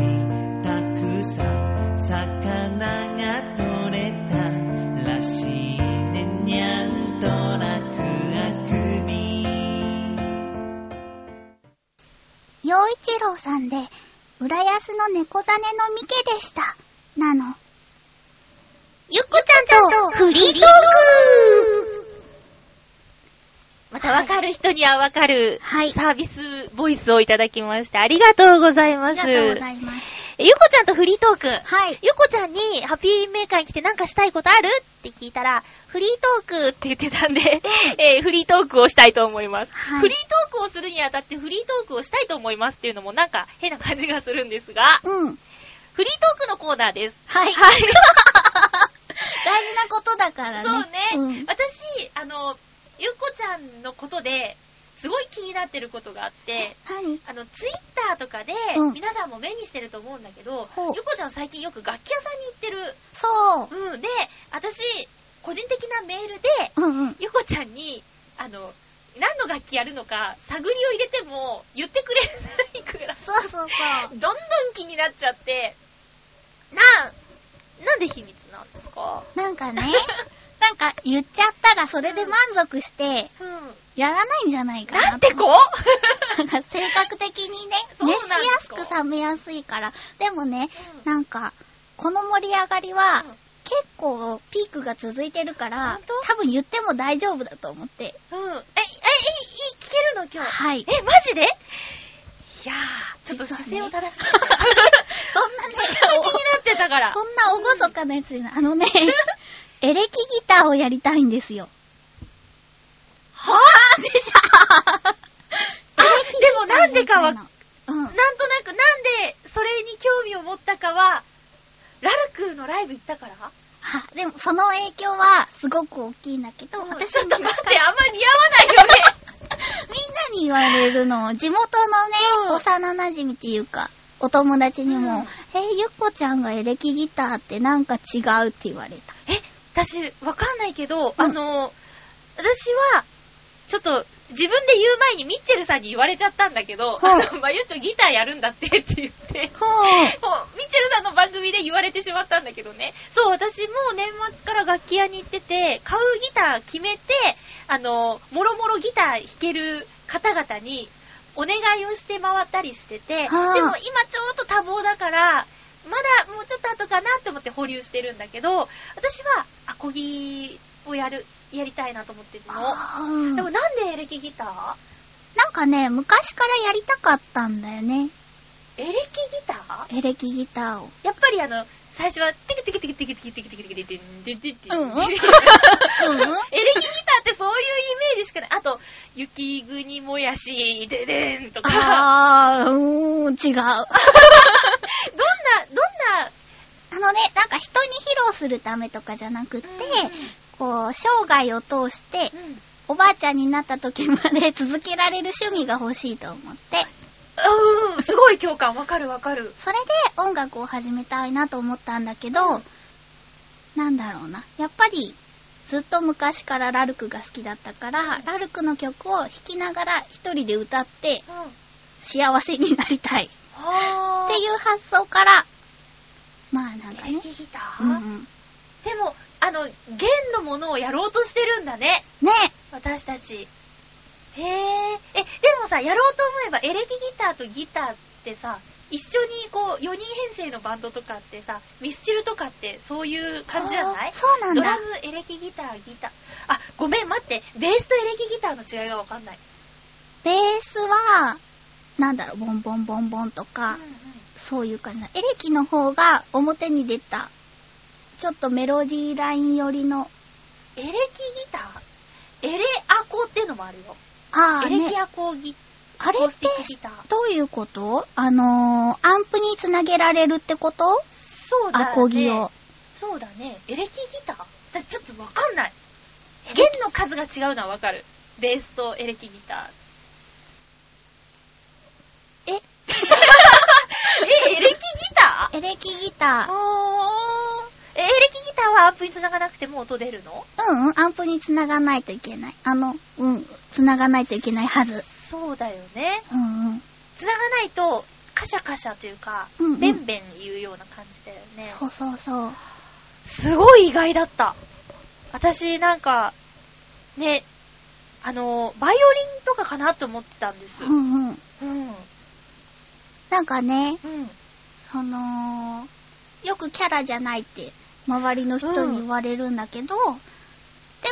E: たくさん魚が取れたらしいねにゃんとらくあくび
C: 洋一郎さんで、浦安の猫ザネのミケでした。なの。
A: ゆっこちゃんとフリートークまたわかる人にはわかる、
C: はい
A: サービスボイスをいただきまして、ありがとうござい
C: あ
A: ま
C: り
A: す。
C: がとうございます。
A: えゆこちゃんとフリートーク。
C: はい。
A: ゆこちゃんに、ハッピーメーカーに来てなんかしたいことあるって聞いたら、フリートークって言ってたんで、 *laughs* えーフリートークをしたいと思います、
C: はい
A: フリートークをするにあたってフリートークをしたいと思いますっていうのもなんか変な感じがするんですが、
C: うん。
A: フリートークのコーナーです。
C: はい。 *laughs*
A: はい。
C: 大事なことだからね。
A: そうね、
C: うん
A: 私、あの、ゆっこちゃんのことで、すごい気になってることがあって、
C: 何
A: あの、ツイッターとかで、
C: うん
A: 皆さんも目にしてると思うんだけど、
C: ほう
A: ゆっこちゃん最近よく楽器屋さんに行ってる。
C: そ
A: うん、で、私、個人的なメールで、
C: う。うんうん。
A: ゆこちゃんに、あの、何の楽器やるのか、探りを入れても、言ってくれないから、
C: そうそうそう。
A: どんどん気になっちゃって、なん、なんで秘密なんですか
C: なん
A: *laughs*
C: かね、なんか言っちゃったらそれで満足して、
A: うん。
C: やらないんじゃないかな。
A: なんてこ
C: *laughs* なんか性格的にね、
A: そうなんで
C: 熱
A: す
C: し
A: か
C: やすく冷めやすいから。でもね、なんか、この盛り上がりは、結構ピークが続いてるから
A: 本当、
C: 多分言っても大丈夫だと思って。
A: うん。うん。え、え、え、い聞けるの今日。
C: はい。
A: え、マ *laughs* ジでいやー、ちょっと姿勢を正しく。
C: そんなね、
A: 気 *laughs* になってたから。
C: そんなおごそかなやつじゃない。あ
A: *laughs*
C: のね、エレキギターをやりたいんですよ。はぁでし
A: あ、でもなんでかは、なんと
C: ょうん。
A: なく、なんでそれに興味を持ったかは、ラルクのライブ行ったから
C: は、でもその影響はすごく大きいんだけど、
A: うん
C: 私
A: ちょっと
C: 昔
A: 待っ
C: から
A: て、あんま似合わないよね。
C: みんなに言われるの。地元の
A: うん
C: ね、幼馴染っていうか、お友達に
A: うん
C: も、えー、ゆっこちゃんがエレキギターってなんか違うって言われた。
A: え、私、わかんないけど、
C: うん
A: あの、私は、ちょっと、自分で言う前にミッチェルさんに言われちゃったんだけど、
C: はい
A: あの、まゆっちょギターやるんだってって言って、
C: ほう。
A: もう、ミッチェルさんの番組で言われてしまったんだけどね。そう、私もう年末から楽器屋に行ってて、買うギター決めて、あの、もろもろギター弾ける方々にお願いをして回ったりしてて、で
C: は
A: も
C: あ
A: 今ちょっと多忙だから、まだもうちょっと後かなって思って保留してるんだけど、私はアコギをやる、やりたいなと思ってるの。
C: あーうん
A: でもなんでエレキギター
C: なんかね、昔からやりたかったんだよね。
A: エレキギター
C: エレキギターを。
A: やっぱりあの、最初は、テキテキテキテキテキテキテキテキテキテキテキ
C: うんうん
A: エレキギターってそういうイメージしかない。あと、雪国もやし、ででんとか、
C: あー、うーん、違う。あ
A: どんな、どんな、
C: のね、なんか人に披露するためとかじゃなくって、こう、生涯を通して
A: う、ん、
C: おばあちゃんになった時まで続けられる趣味が欲しいと思って、
A: うん、うん、すごい共感、わかるわかる。
C: それで音楽を始めたいなと思ったんだけど、なんだろうな。やっぱり、ずっと昔からラルクが好きだったから、ラルクの曲を弾きながら一人で歌って
A: *laughs* うん。
C: 幸せになりたい。
A: は
C: っていう発想から、まあなんか
A: エレ
C: ね。
A: キギタ
C: うんう
A: ー
C: ん、
A: でも、あの、弦のものをやろうとしてるんだね。
C: ね
A: 私たち。へえ。え、でもさ、やろうと思えばエレキギターとギターってさ、
D: 一緒にこう、4人編成のバンドとかってさ、ミスチルとかってそういう感じじゃない
C: あーそうなん
D: ド
C: だ。
D: ラム、エレキギター、ギター。あ、ごめん、待って。ベースとエレキギターの違いがわかんない。
C: ベースは、なんだろう、ボンボンボンボンとか、
D: うんうん
C: そういう感じだエレキの方が表に出た、ちょっとメロディーライン寄りの、
D: エレキギターエレアコってのもあるよ。
C: あー
D: エレ
C: ね
D: キ、アコギ、
C: あれ
D: アコー
C: っ
D: ス
C: て
D: ティックギター。
C: どういうことあのー、アンプにつなげられるってこと
D: そうだね。
C: アコギを。
D: そうだね。エレキギターだちょっとわかんない。弦の数が違うのはわかる。ベースとエレキギター。
C: え
D: *laughs* え、エレキギター
C: エレキギタ
D: あー。えエレキギターはアンプに繋がなくても音出るの
C: ー。うんうん、アンプにつながないといけない。あの、うん、つながないといけないはず。
D: そうだよね。
C: うんうん。
D: 繋がないと、カシャカシャというか、
C: うんうん
D: ベンベン言うような感じだよね。
C: そうそうそう。
D: すごい意外だった。私、なんか、ね、あの、バイオリンとかかなと思ってたんです。
C: う
D: う
C: ん
D: ん。
C: うん。
D: うん。
C: なんかね、その、よくキャラじゃないって周りの人に言われるんだけど、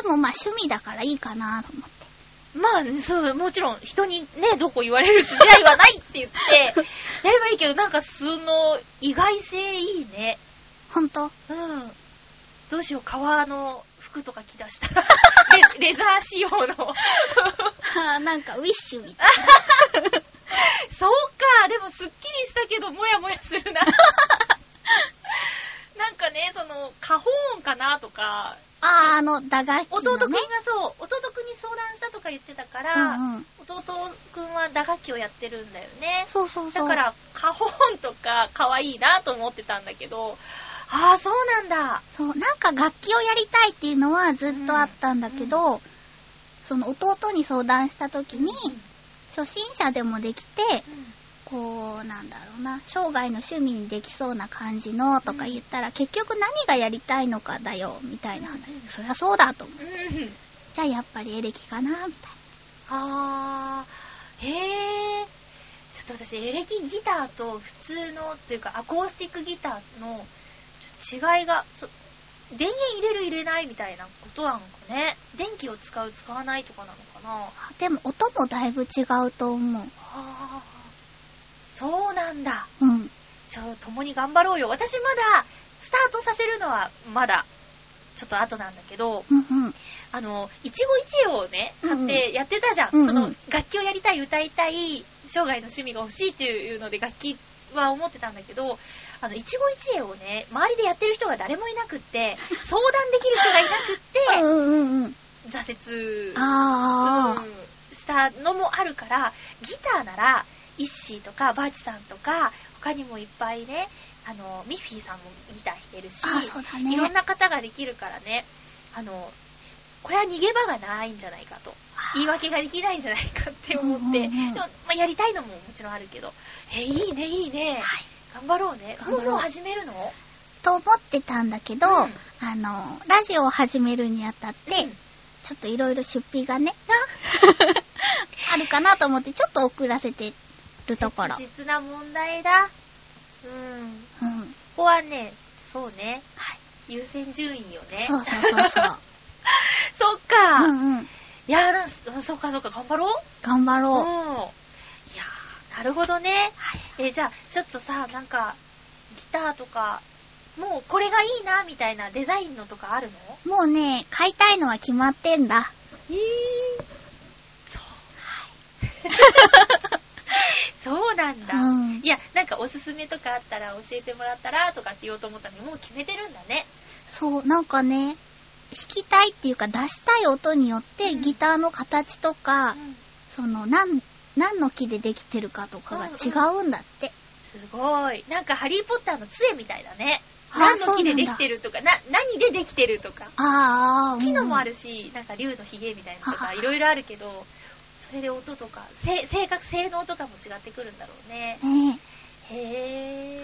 C: でもまあ趣味だからいいかなと思って。
D: まあ、そう、もちろん、人にね、どこ言われる付き合いはないって言って、 *laughs* やればいいけど、なんか、その、意外性いいね。
C: ほ *laughs* んと
D: うん。どうしよう、革の服とか着出 *laughs* したら、レレザー仕様の。
C: あーなんかウィッシュみたい。
D: *laughs* そうか、でもすっきりしたけど、もやもやす *laughs* るな。なんかね、その、過保音かなとか、
C: あーあの、打楽器の、ね。
D: 弟くんがそう、弟くんに相談したとか言ってたから、
C: うんうん。
D: 弟くんは打楽器をやってるんだよね。
C: そうそうそ
D: だ
C: う。
D: から、過保音とか可愛いなと思ってたんだけど、ああ、そうなんだ。
C: そう、なんか楽器をやりたいっていうのはずっとあったんだけど、その弟に相談した時に、初心者でもできて、こう、なんだろうな、生涯の趣味にできそうな感じのとか言ったら、結局何がやりたいのかだよ、みたいな話。
D: うん
C: そりゃそうだと思う。
D: うん。うん
C: じゃあやっぱりエレキかな、みたいな。
D: あー、へー。ちょっと私、エレキギターと普通の、というか、アコースティックギターの違いが、そ電源入れる入れないみたいなことなのかね。電気を使う使わないとかなのかな。
C: あでも音もだいぶ違うと思う。
D: あー、そうなんだ。
C: うん。
D: ちょ、共に頑張ろうよ。私まだ、スタートさせるのはまだ、ちょっと後なんだけど、
C: うんうん。
D: あの、一期一会をね、買ってやってたじゃん。
C: うんうん
D: その、楽器をやりたい、歌いたい、生涯の趣味が欲しいっていうので楽器は思ってたんだけど、あの、一期一会をね、周りでやってる人が誰もいな
C: *laughs*
D: くって、相談できる人がいなくっ
C: うんうんうん。
D: て、挫折、
C: あー。
D: うんしたのもあるから、ギターなら、イッシーとか、バーチさんとか、他にもいっぱいね、あの、ミッフィーさんもギター弾けるし、
C: あー、そうだね。
D: いろんな方ができるからね、あの、これは逃げ場がないんじゃないかと、言い訳ができないんじゃないかって思って、
C: うんうんうん
D: でも、まあ、やりたいのももちろんあるけど、え、いいね、いいね、
C: はい
D: 頑張ろうね。
C: 頑
D: も
C: 張
D: う
C: ろう
D: もう始めるの
C: と思ってたんだけど、
D: うん
C: あの、ラジオを始めるにあたって、
D: うん
C: ちょっといろいろ出費がね、 *laughs* あるかなと思って、ちょっと遅らせてるところ。
D: 切実な問題だ。うん。
C: うん。
D: ここはね、そうね、
C: はい
D: 優先順位よね。
C: そうそうそう
D: *laughs*
C: そう。
D: そっか。
C: うんうん。
D: いやなんそっかそっか、頑張ろう。
C: 頑張
D: うん。い
C: ろう。
D: やーなるほどね。えーじゃあ、ちょっとさ、なんか、ギターとか、もうこれがいいな、みたいなデザインのとかあるの
C: もうね、買いたいのは決まってんだ。
D: えー、そう。はい。そうなんだ。
C: うん
D: いや、なんかおすすめとかあったら教えてもらったらとかって言おうと思ったのに、もう決めてるんだね。
C: そう、なんかね、弾きたいっていうか出したい音によって、
D: うん
C: ギターの形とか、
D: うん
C: その、なん、何の木でできてるかとかが違うんだって。
D: すごい。なんかハリーポッターの杖みたいだね。
C: あ
D: 何の木で
C: そうなんだ
D: できてるとか、な、何でできてるとか。
C: あーあー、
D: 木のもあ
C: る。
D: るし、なんか竜のひげみたいなのと
C: はは
D: か、
C: はい
D: ろいろあるけど、それで音とか、せ性格、性能とかも違ってくるんだろうね。
C: ねえ。
D: へ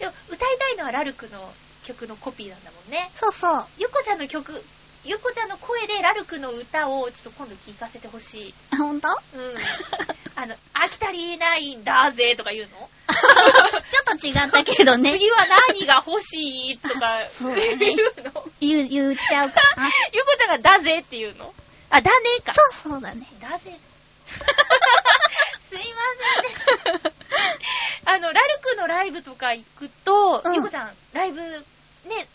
D: ぇー。でも、歌いたいのはラルクの曲のコピーなんだもんね。
C: そうそう。
D: ゆこちゃんの曲、ゆこちゃんの声でラルクの歌をちょっと今度聞かせてほしい。
C: *laughs* あ、ほんと
D: うん。あの、飽きたりいないんだぜとか言うの
C: ょっと違ったけど
A: *laughs*
C: ね。
A: 次は何が欲しいとか、
C: そう
A: 言
C: ね
A: うの。ゆこ
C: 言う、言っちゃうか
A: *laughs*
C: な。
A: ちゃんがだぜって言うの。あ、だねか。
C: そうそうだね。
A: だぜ。すいませんね。あの、ラルクのライブとか行くと、
C: うん
A: ゆこちゃん、ライブ、ね、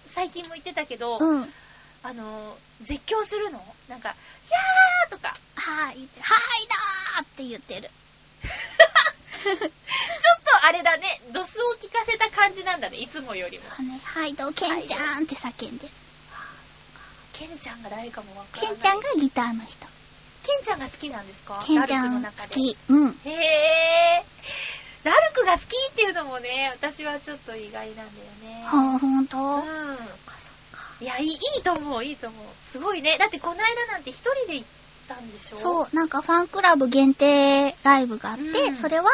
A: 最近も行ってたけど、
C: うん。は
A: あの、絶叫するのなんか、やーと
C: *laughs*
A: か、
C: ーい、言ってる。はーいだーって言ってる。
A: ちょっとあれだね、ドスを聞かせた感じなんだね、いつもよりも。
C: そうね、はいどう、ケンちゃんって叫んでる。
A: ケンちゃんが誰かもわから
C: ケ
A: ない。
C: ンちゃんがギターの人。
A: ケンちゃんが好きなんですか
C: ケンちゃ
A: ラルクの
C: ん好
A: 中で。
C: き。うん。
A: へえ。ラルクが好きっていうのもね、私はちょっと意外なんだよね。
C: ほん、ほんと。
A: うん。いやいい、いいと思う、いいと思う。すごいね。だってこの間なんて一人で行ったんでしょう。
C: そう、なんかファンクラブ限定ライブがあって、
A: うん
C: それは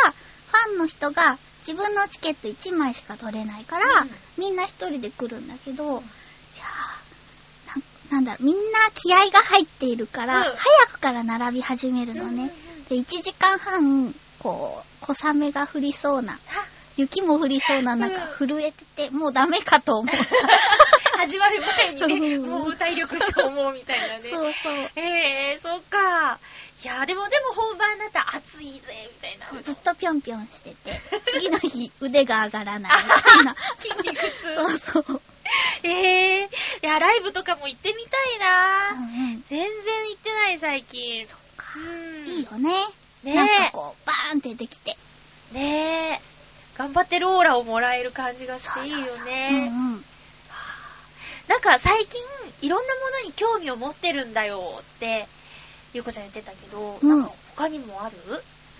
C: ファンの人が自分のチケット1枚しか取れないから、
A: うん
C: みんな一人で来るんだけど、いやーなんなんだろう、みんな気合が入っているから、
A: うん
C: 早くから並び始めるのね。
A: うんうんうん
C: で、1時間半、こう、小雨が降りそうな、
A: あ
C: 雪も降りそうな中、
A: う
C: 震えてて、もうダメかと
A: *laughs*
C: 思った。
A: 始まる前にね、
C: うん
A: もう体力消耗みたいなね。
C: そうそう。
A: ええー、そっか。いやー、でもでも本番になったら暑いぜ、みたいな。
C: ずっとぴょんぴょんしてて、次の日腕が上が
A: *laughs*
C: らないみたいな。
A: 筋肉痛。
C: そうそう。
A: ええー、いや、ライブとかも行ってみたいな、
C: うん
A: 全然行ってない、最近。そっか
C: うん、いいよね。
A: ね
C: なんかこう、バーンってできて。
A: え。ねえ。頑張ってるオーラをもらえる感じがしていいよね。
C: うんうん。
A: なんか最近、いろんなものに興味を持ってるんだよって、ゆうこちゃん言ってたけど、
C: うん
A: なんか他にもある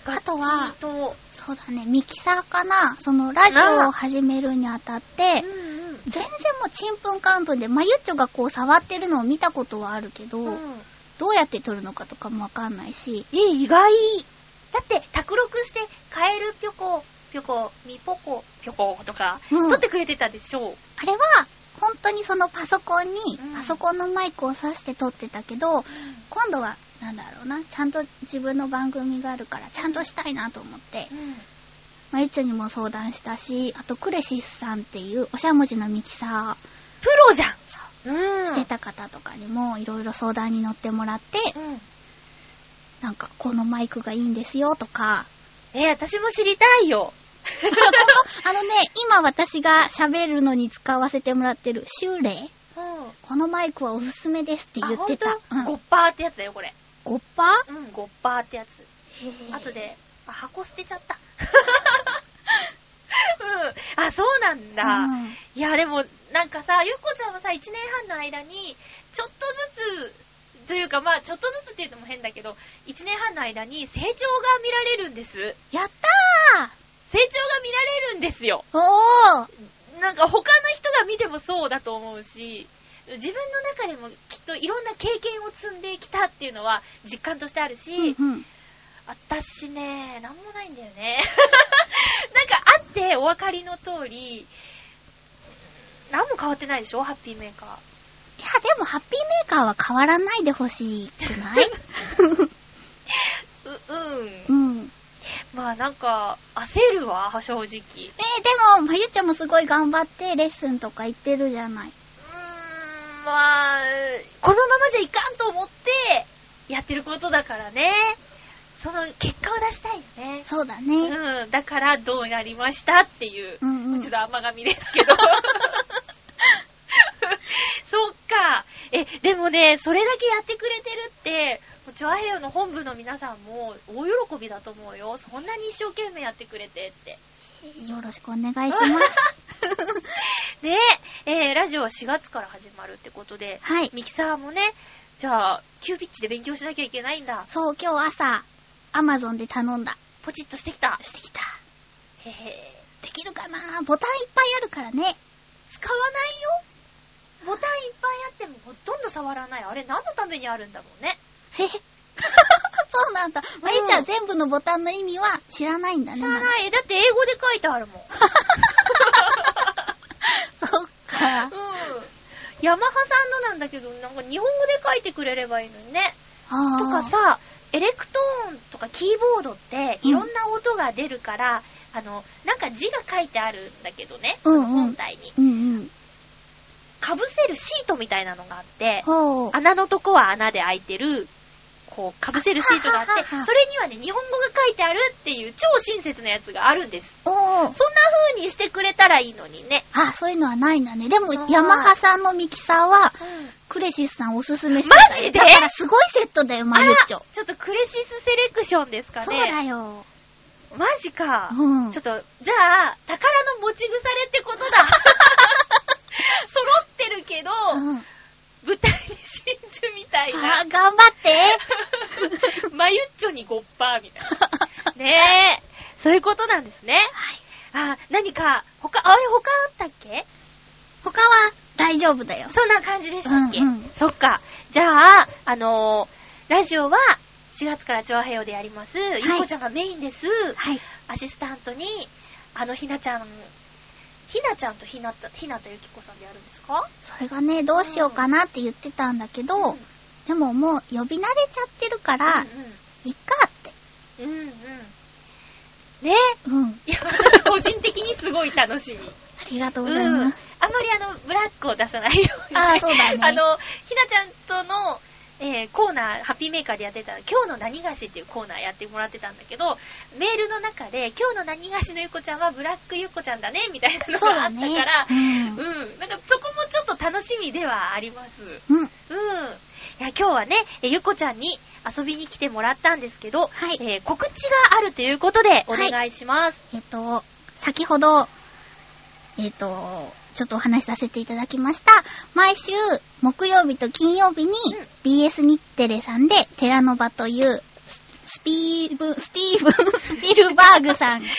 C: あとは
A: 楽器と、
C: そうだね、ミキサーかな。その、ラジオを始めるにあたって
A: う、んうん。
C: 全然もうちんぷんかんぷんで、まゆっちょがこう触ってるのを見たことはあるけど、
A: うん
C: どうやって撮るのかとかもわかんないし、
A: え、意外。だって、卓録して、カエルピョコ、ピョコ、ミポコ、ピョコとか、
C: うん
A: 撮ってくれてたでしょ。
C: あれは、本当にそのパソコンに
A: うん、
C: パソコンのマイクを挿して撮ってたけど、今度は、なんだろうな、ちゃんと自分の番組があるから、ちゃんとしたいなと思って、
A: うん。
C: まゆっちょにも相談したし、あとクレシスさんっていうおしゃもじのミキサ
A: プロじゃん
C: そ
A: うん。
C: ーしてた方とかにもいろいろ相談に乗ってもらって、
A: うん。
C: なんかこのマイクがいいんですよとか、 *laughs*
A: え、私も知りたいよ。
C: あのね、今私が喋るのに使わせてもらってるシューレイ
A: うん。
C: このマイクはおすすめですって言ってた。
A: あほんとゴ
C: うん
A: ッパーってやつだよ、これ。
C: ゴッパ
A: うん、ゴッパーってやつ。
C: ー
A: あと。で、あ、箱捨てちゃった。うん。あ、そうなんだ。
C: うん
A: いや、でも、なんかさ、ゆっこちゃんはさ、1年半の間に、ちょっとずつ、というか、まあ、ちょっとずつって言うのも変だけど、1年半の間に成長が見られるんです。成
C: やった
A: 長が見られるんですよ。
C: ーおー
A: なんか他の人が見てもそうだと思うし、自分の中でもきっといろんな経験を積んできたっていうのは実感としてあるし、
C: うんうん
A: 私ね、なんもないんだよね。 *laughs* なんかあってお分かりの通り、何も変わってないでしょハッピーメーカー。
C: いや、でもハッピーメーカーは変わらないでほしくない
A: *laughs* う、うん。
C: うん。
A: まあなんか、焦るわ、正直。うー
C: えーでも、まゆっちゃんもすごい頑張ってレッスンとか行ってるじゃない。
A: ん、まあ、このままじゃいかんと思って、やってることだからね。その結果を出したいよね。
C: そうだね。
A: うん、だからどうなりましたっていう。
C: うんうん。
A: ちょっと甘神ですけど。 *laughs* そっか。え、でもね、それだけやってくれてるって、チョアヘヨの本部の皆さんも大喜びだと思うよ。そんなに一生懸命やってくれてって。
C: よろしくお願いし
A: *laughs*
C: ます。
A: で、えーラジオは4月から始まるってことで、
C: はい。
A: ミキサーもね、じゃあ、急ピッチで勉強しなきゃいけないんだ。
C: そう、今日朝、アマゾンで頼んだ。
A: ポチッとしてきた。
C: してきた。
A: へへ。
C: できるかなボタンいっぱいあるからね。
A: 使わないよ。ボタンいっぱいあってもほとんど触らない。あれ何のためにあるんだろうね。 *laughs*
C: へへ。そうなんだ。まゆちゃん全部のボタンの意味は知らないんだね。
A: 知
C: ま
A: ら
C: だ
A: ない。えだって英語で書いてあるもん。
C: そっか。
A: うん。ヤマハさんのなんだけど、なんか日本語で書いてくれればいいのにね。
C: あ
A: とか
C: ー
A: さ、エレクトーンとかキーボードっていろんな音が出るから、あの、なんか字が書いてあるんだけどね、
C: うんうん
A: 本体に。
C: うんうん。
A: かぶせるシートみたいなのがあって、
C: ほう。
A: 穴のとこは穴で開いてる、こう、かぶせるシートがあって
C: あははは、
A: それにはね、日本語が書いてあるっていう超親切なやつがあるんです。
C: おー
A: そんな風にしてくれたらいいのにね。
C: あ、そういうのはないんだね。でも
A: そう、
C: ヤマハさんのミキサーは、クレシスさんおすすめしてたよ
A: マジで
C: だからすごいセットだよ、マユッチョ。
A: ちょっとクレシスセレクションですかね。
C: そうだよ。
A: マジか。
C: うん
A: ちょっと、じゃあ、宝の持ち腐れって
C: *laughs*
A: ことだ。揃ってるけど、
C: うん。あ
A: 舞台に真珠みたいな。
C: ー、頑張って。
A: マユッチョにゴッパーみたい
C: *laughs*
A: な。 *laughs* ねえ。そういうことなんですね。はい。あ、何か、他、あれ他あったっけ
C: 他は大丈夫だよ。
A: そんな感じでしたっけ、
C: うんうん
A: そっか。じゃあ、あのーラジオは4月から調和平和でやります。ゆっこちゃんがメインです。
C: はい。
A: アシスタントに、あのひなちゃん、ひなちゃんとひなた、ひなたゆきこさんでやるんですか
C: それがね、どうしようかなって言ってたんだけど、でももう呼び慣れちゃってるから、いっかって。
A: うんうん。うんうん。ね
C: うん。
A: いや、 *laughs* 私個人的にすごい楽しみ。
C: ありがとうご
A: うん。
C: ざい
A: あん
C: ま。
A: ますりあの、ブラックを出さないように、
C: あーそうだね
A: *laughs* あの、ひなちゃんとの、えーコーナー、ハッピーメーカーでやってた、今日の何菓子っていうコーナーやってもらってたんだけど、メールの中で、今日の何菓子のゆっこちゃんはブラックゆっこちゃんだね、みたいなの
C: そ
A: *laughs*
C: う
A: があっ
C: だ
A: た
C: ね
A: から、。
C: うん
A: う。ん。なんかそこもちょっと楽しみではあります。
C: うん。
A: うん。いや、今日はね、えゆっこちゃんに遊びに来てもらったんですけど、
C: はい
A: えー告知があるということで、お願いします。
C: えっと、先ほど、えっと、ちょっとお話しさせていただきました。毎週、木曜日と金曜日に、BS 日テレさんで、テラノバという、ススピーブ、スティーブン・ *laughs* スピルバーグさん、
A: 偉い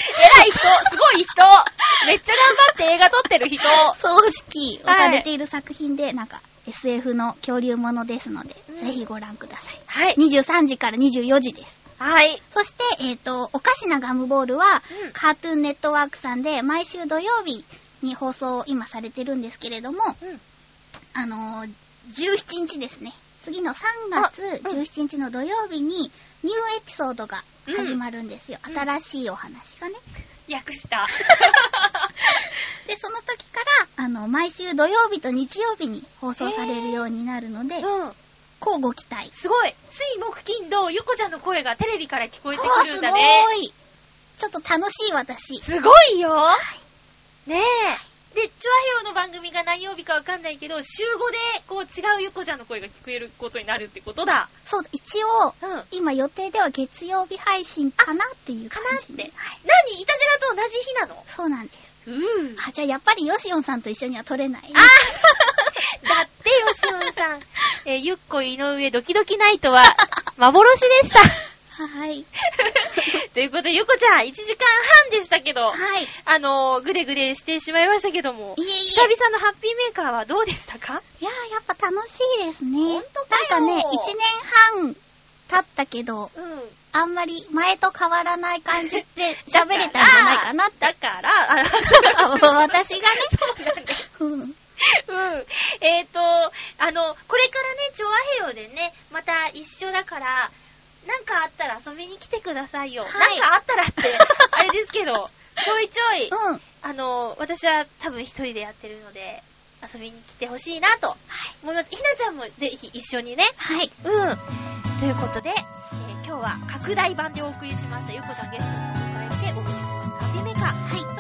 A: 人すごい人 *laughs* めっちゃ頑張って映画撮ってる人
C: 葬式をされている作品で、なんか、SF の恐竜ものですので、
A: うん
C: ぜひご覧ください。
A: はい。
C: 23時から24時です。
A: はい。
C: そして、えっ、と、おかしなガムボールは、
A: うん
C: カートゥーンネットワークさんで、毎週土曜日に放送を今されてるんですけれども、
A: うん
C: あのー、17日ですね。次の3月
A: あうん
C: 17日の土曜日に、ニューエピソードが始まるんですよ。
A: うん
C: 新しいお話
A: *laughs*
C: がね。
A: 訳した。
C: で、その時から、あの、毎週土曜日と日曜日に放送されるようになるので、
A: *laughs* うん。
C: 交互期待。
A: すごい。水木金土、ゆっこちゃんの声がテレビから聞こえて
C: あ
A: くるんだね。
C: ーいちょっと楽しい私。
A: すごいよねえ。で、チュアヘオの番組が何曜日かわかんないけど、週5で、こう、違うゆっこちゃんの声が聞こえることになるってことだ。
C: そう、一応、
A: うん。
C: 今予定では月曜日配信かなっていう
A: か
C: 感
A: なっ
C: じ
A: て。
C: で。はい。
A: 何イタジラと同じ日なの
C: そうなんです。
A: うん。
C: あ、じゃあやっぱりヨシオンさんと一緒には撮れない。
A: あ *laughs* だって、よしおんさん。 *laughs* えーゆっこ井上ドキドキナイトは、 *laughs* 幻でした。 *laughs*
C: はい。
A: ということで、ゆっこちゃん、1時間半でしたけど、
C: はい。い
A: あのーぐれぐれしてしまいましたけども、
C: えいえ。
A: 久々のハッピーメーカーはどうでしたか
C: いやー、やっぱ楽しいですね。
A: ほんとかよ
C: なんかね、一年半経ったけど、
A: うん。
C: あんまり前と変わらない感じ
A: *laughs*
C: で喋れたんじゃないかなって。
A: だから、あ
C: 私がね。
A: そうなんだ
C: うん。
A: うん。えっ、と、あの、これからね、調和平洋でね、また一緒だから、なんかあったら遊びに来てくださいよ。
C: はい
A: なんかあったら
C: *laughs*
A: って、あれですけど、ちょいちょい、
C: うん。
A: あの、私は多分一人でやってるので、遊びに来てほしいなと。もうひなちゃんもぜひ一緒にね。
C: はい。
A: うん。ということで、えー今日は拡大版でお送りしました。ゆっこちゃんゲストをお迎えしてお送りしました。ハッピーメーカー。
C: はい。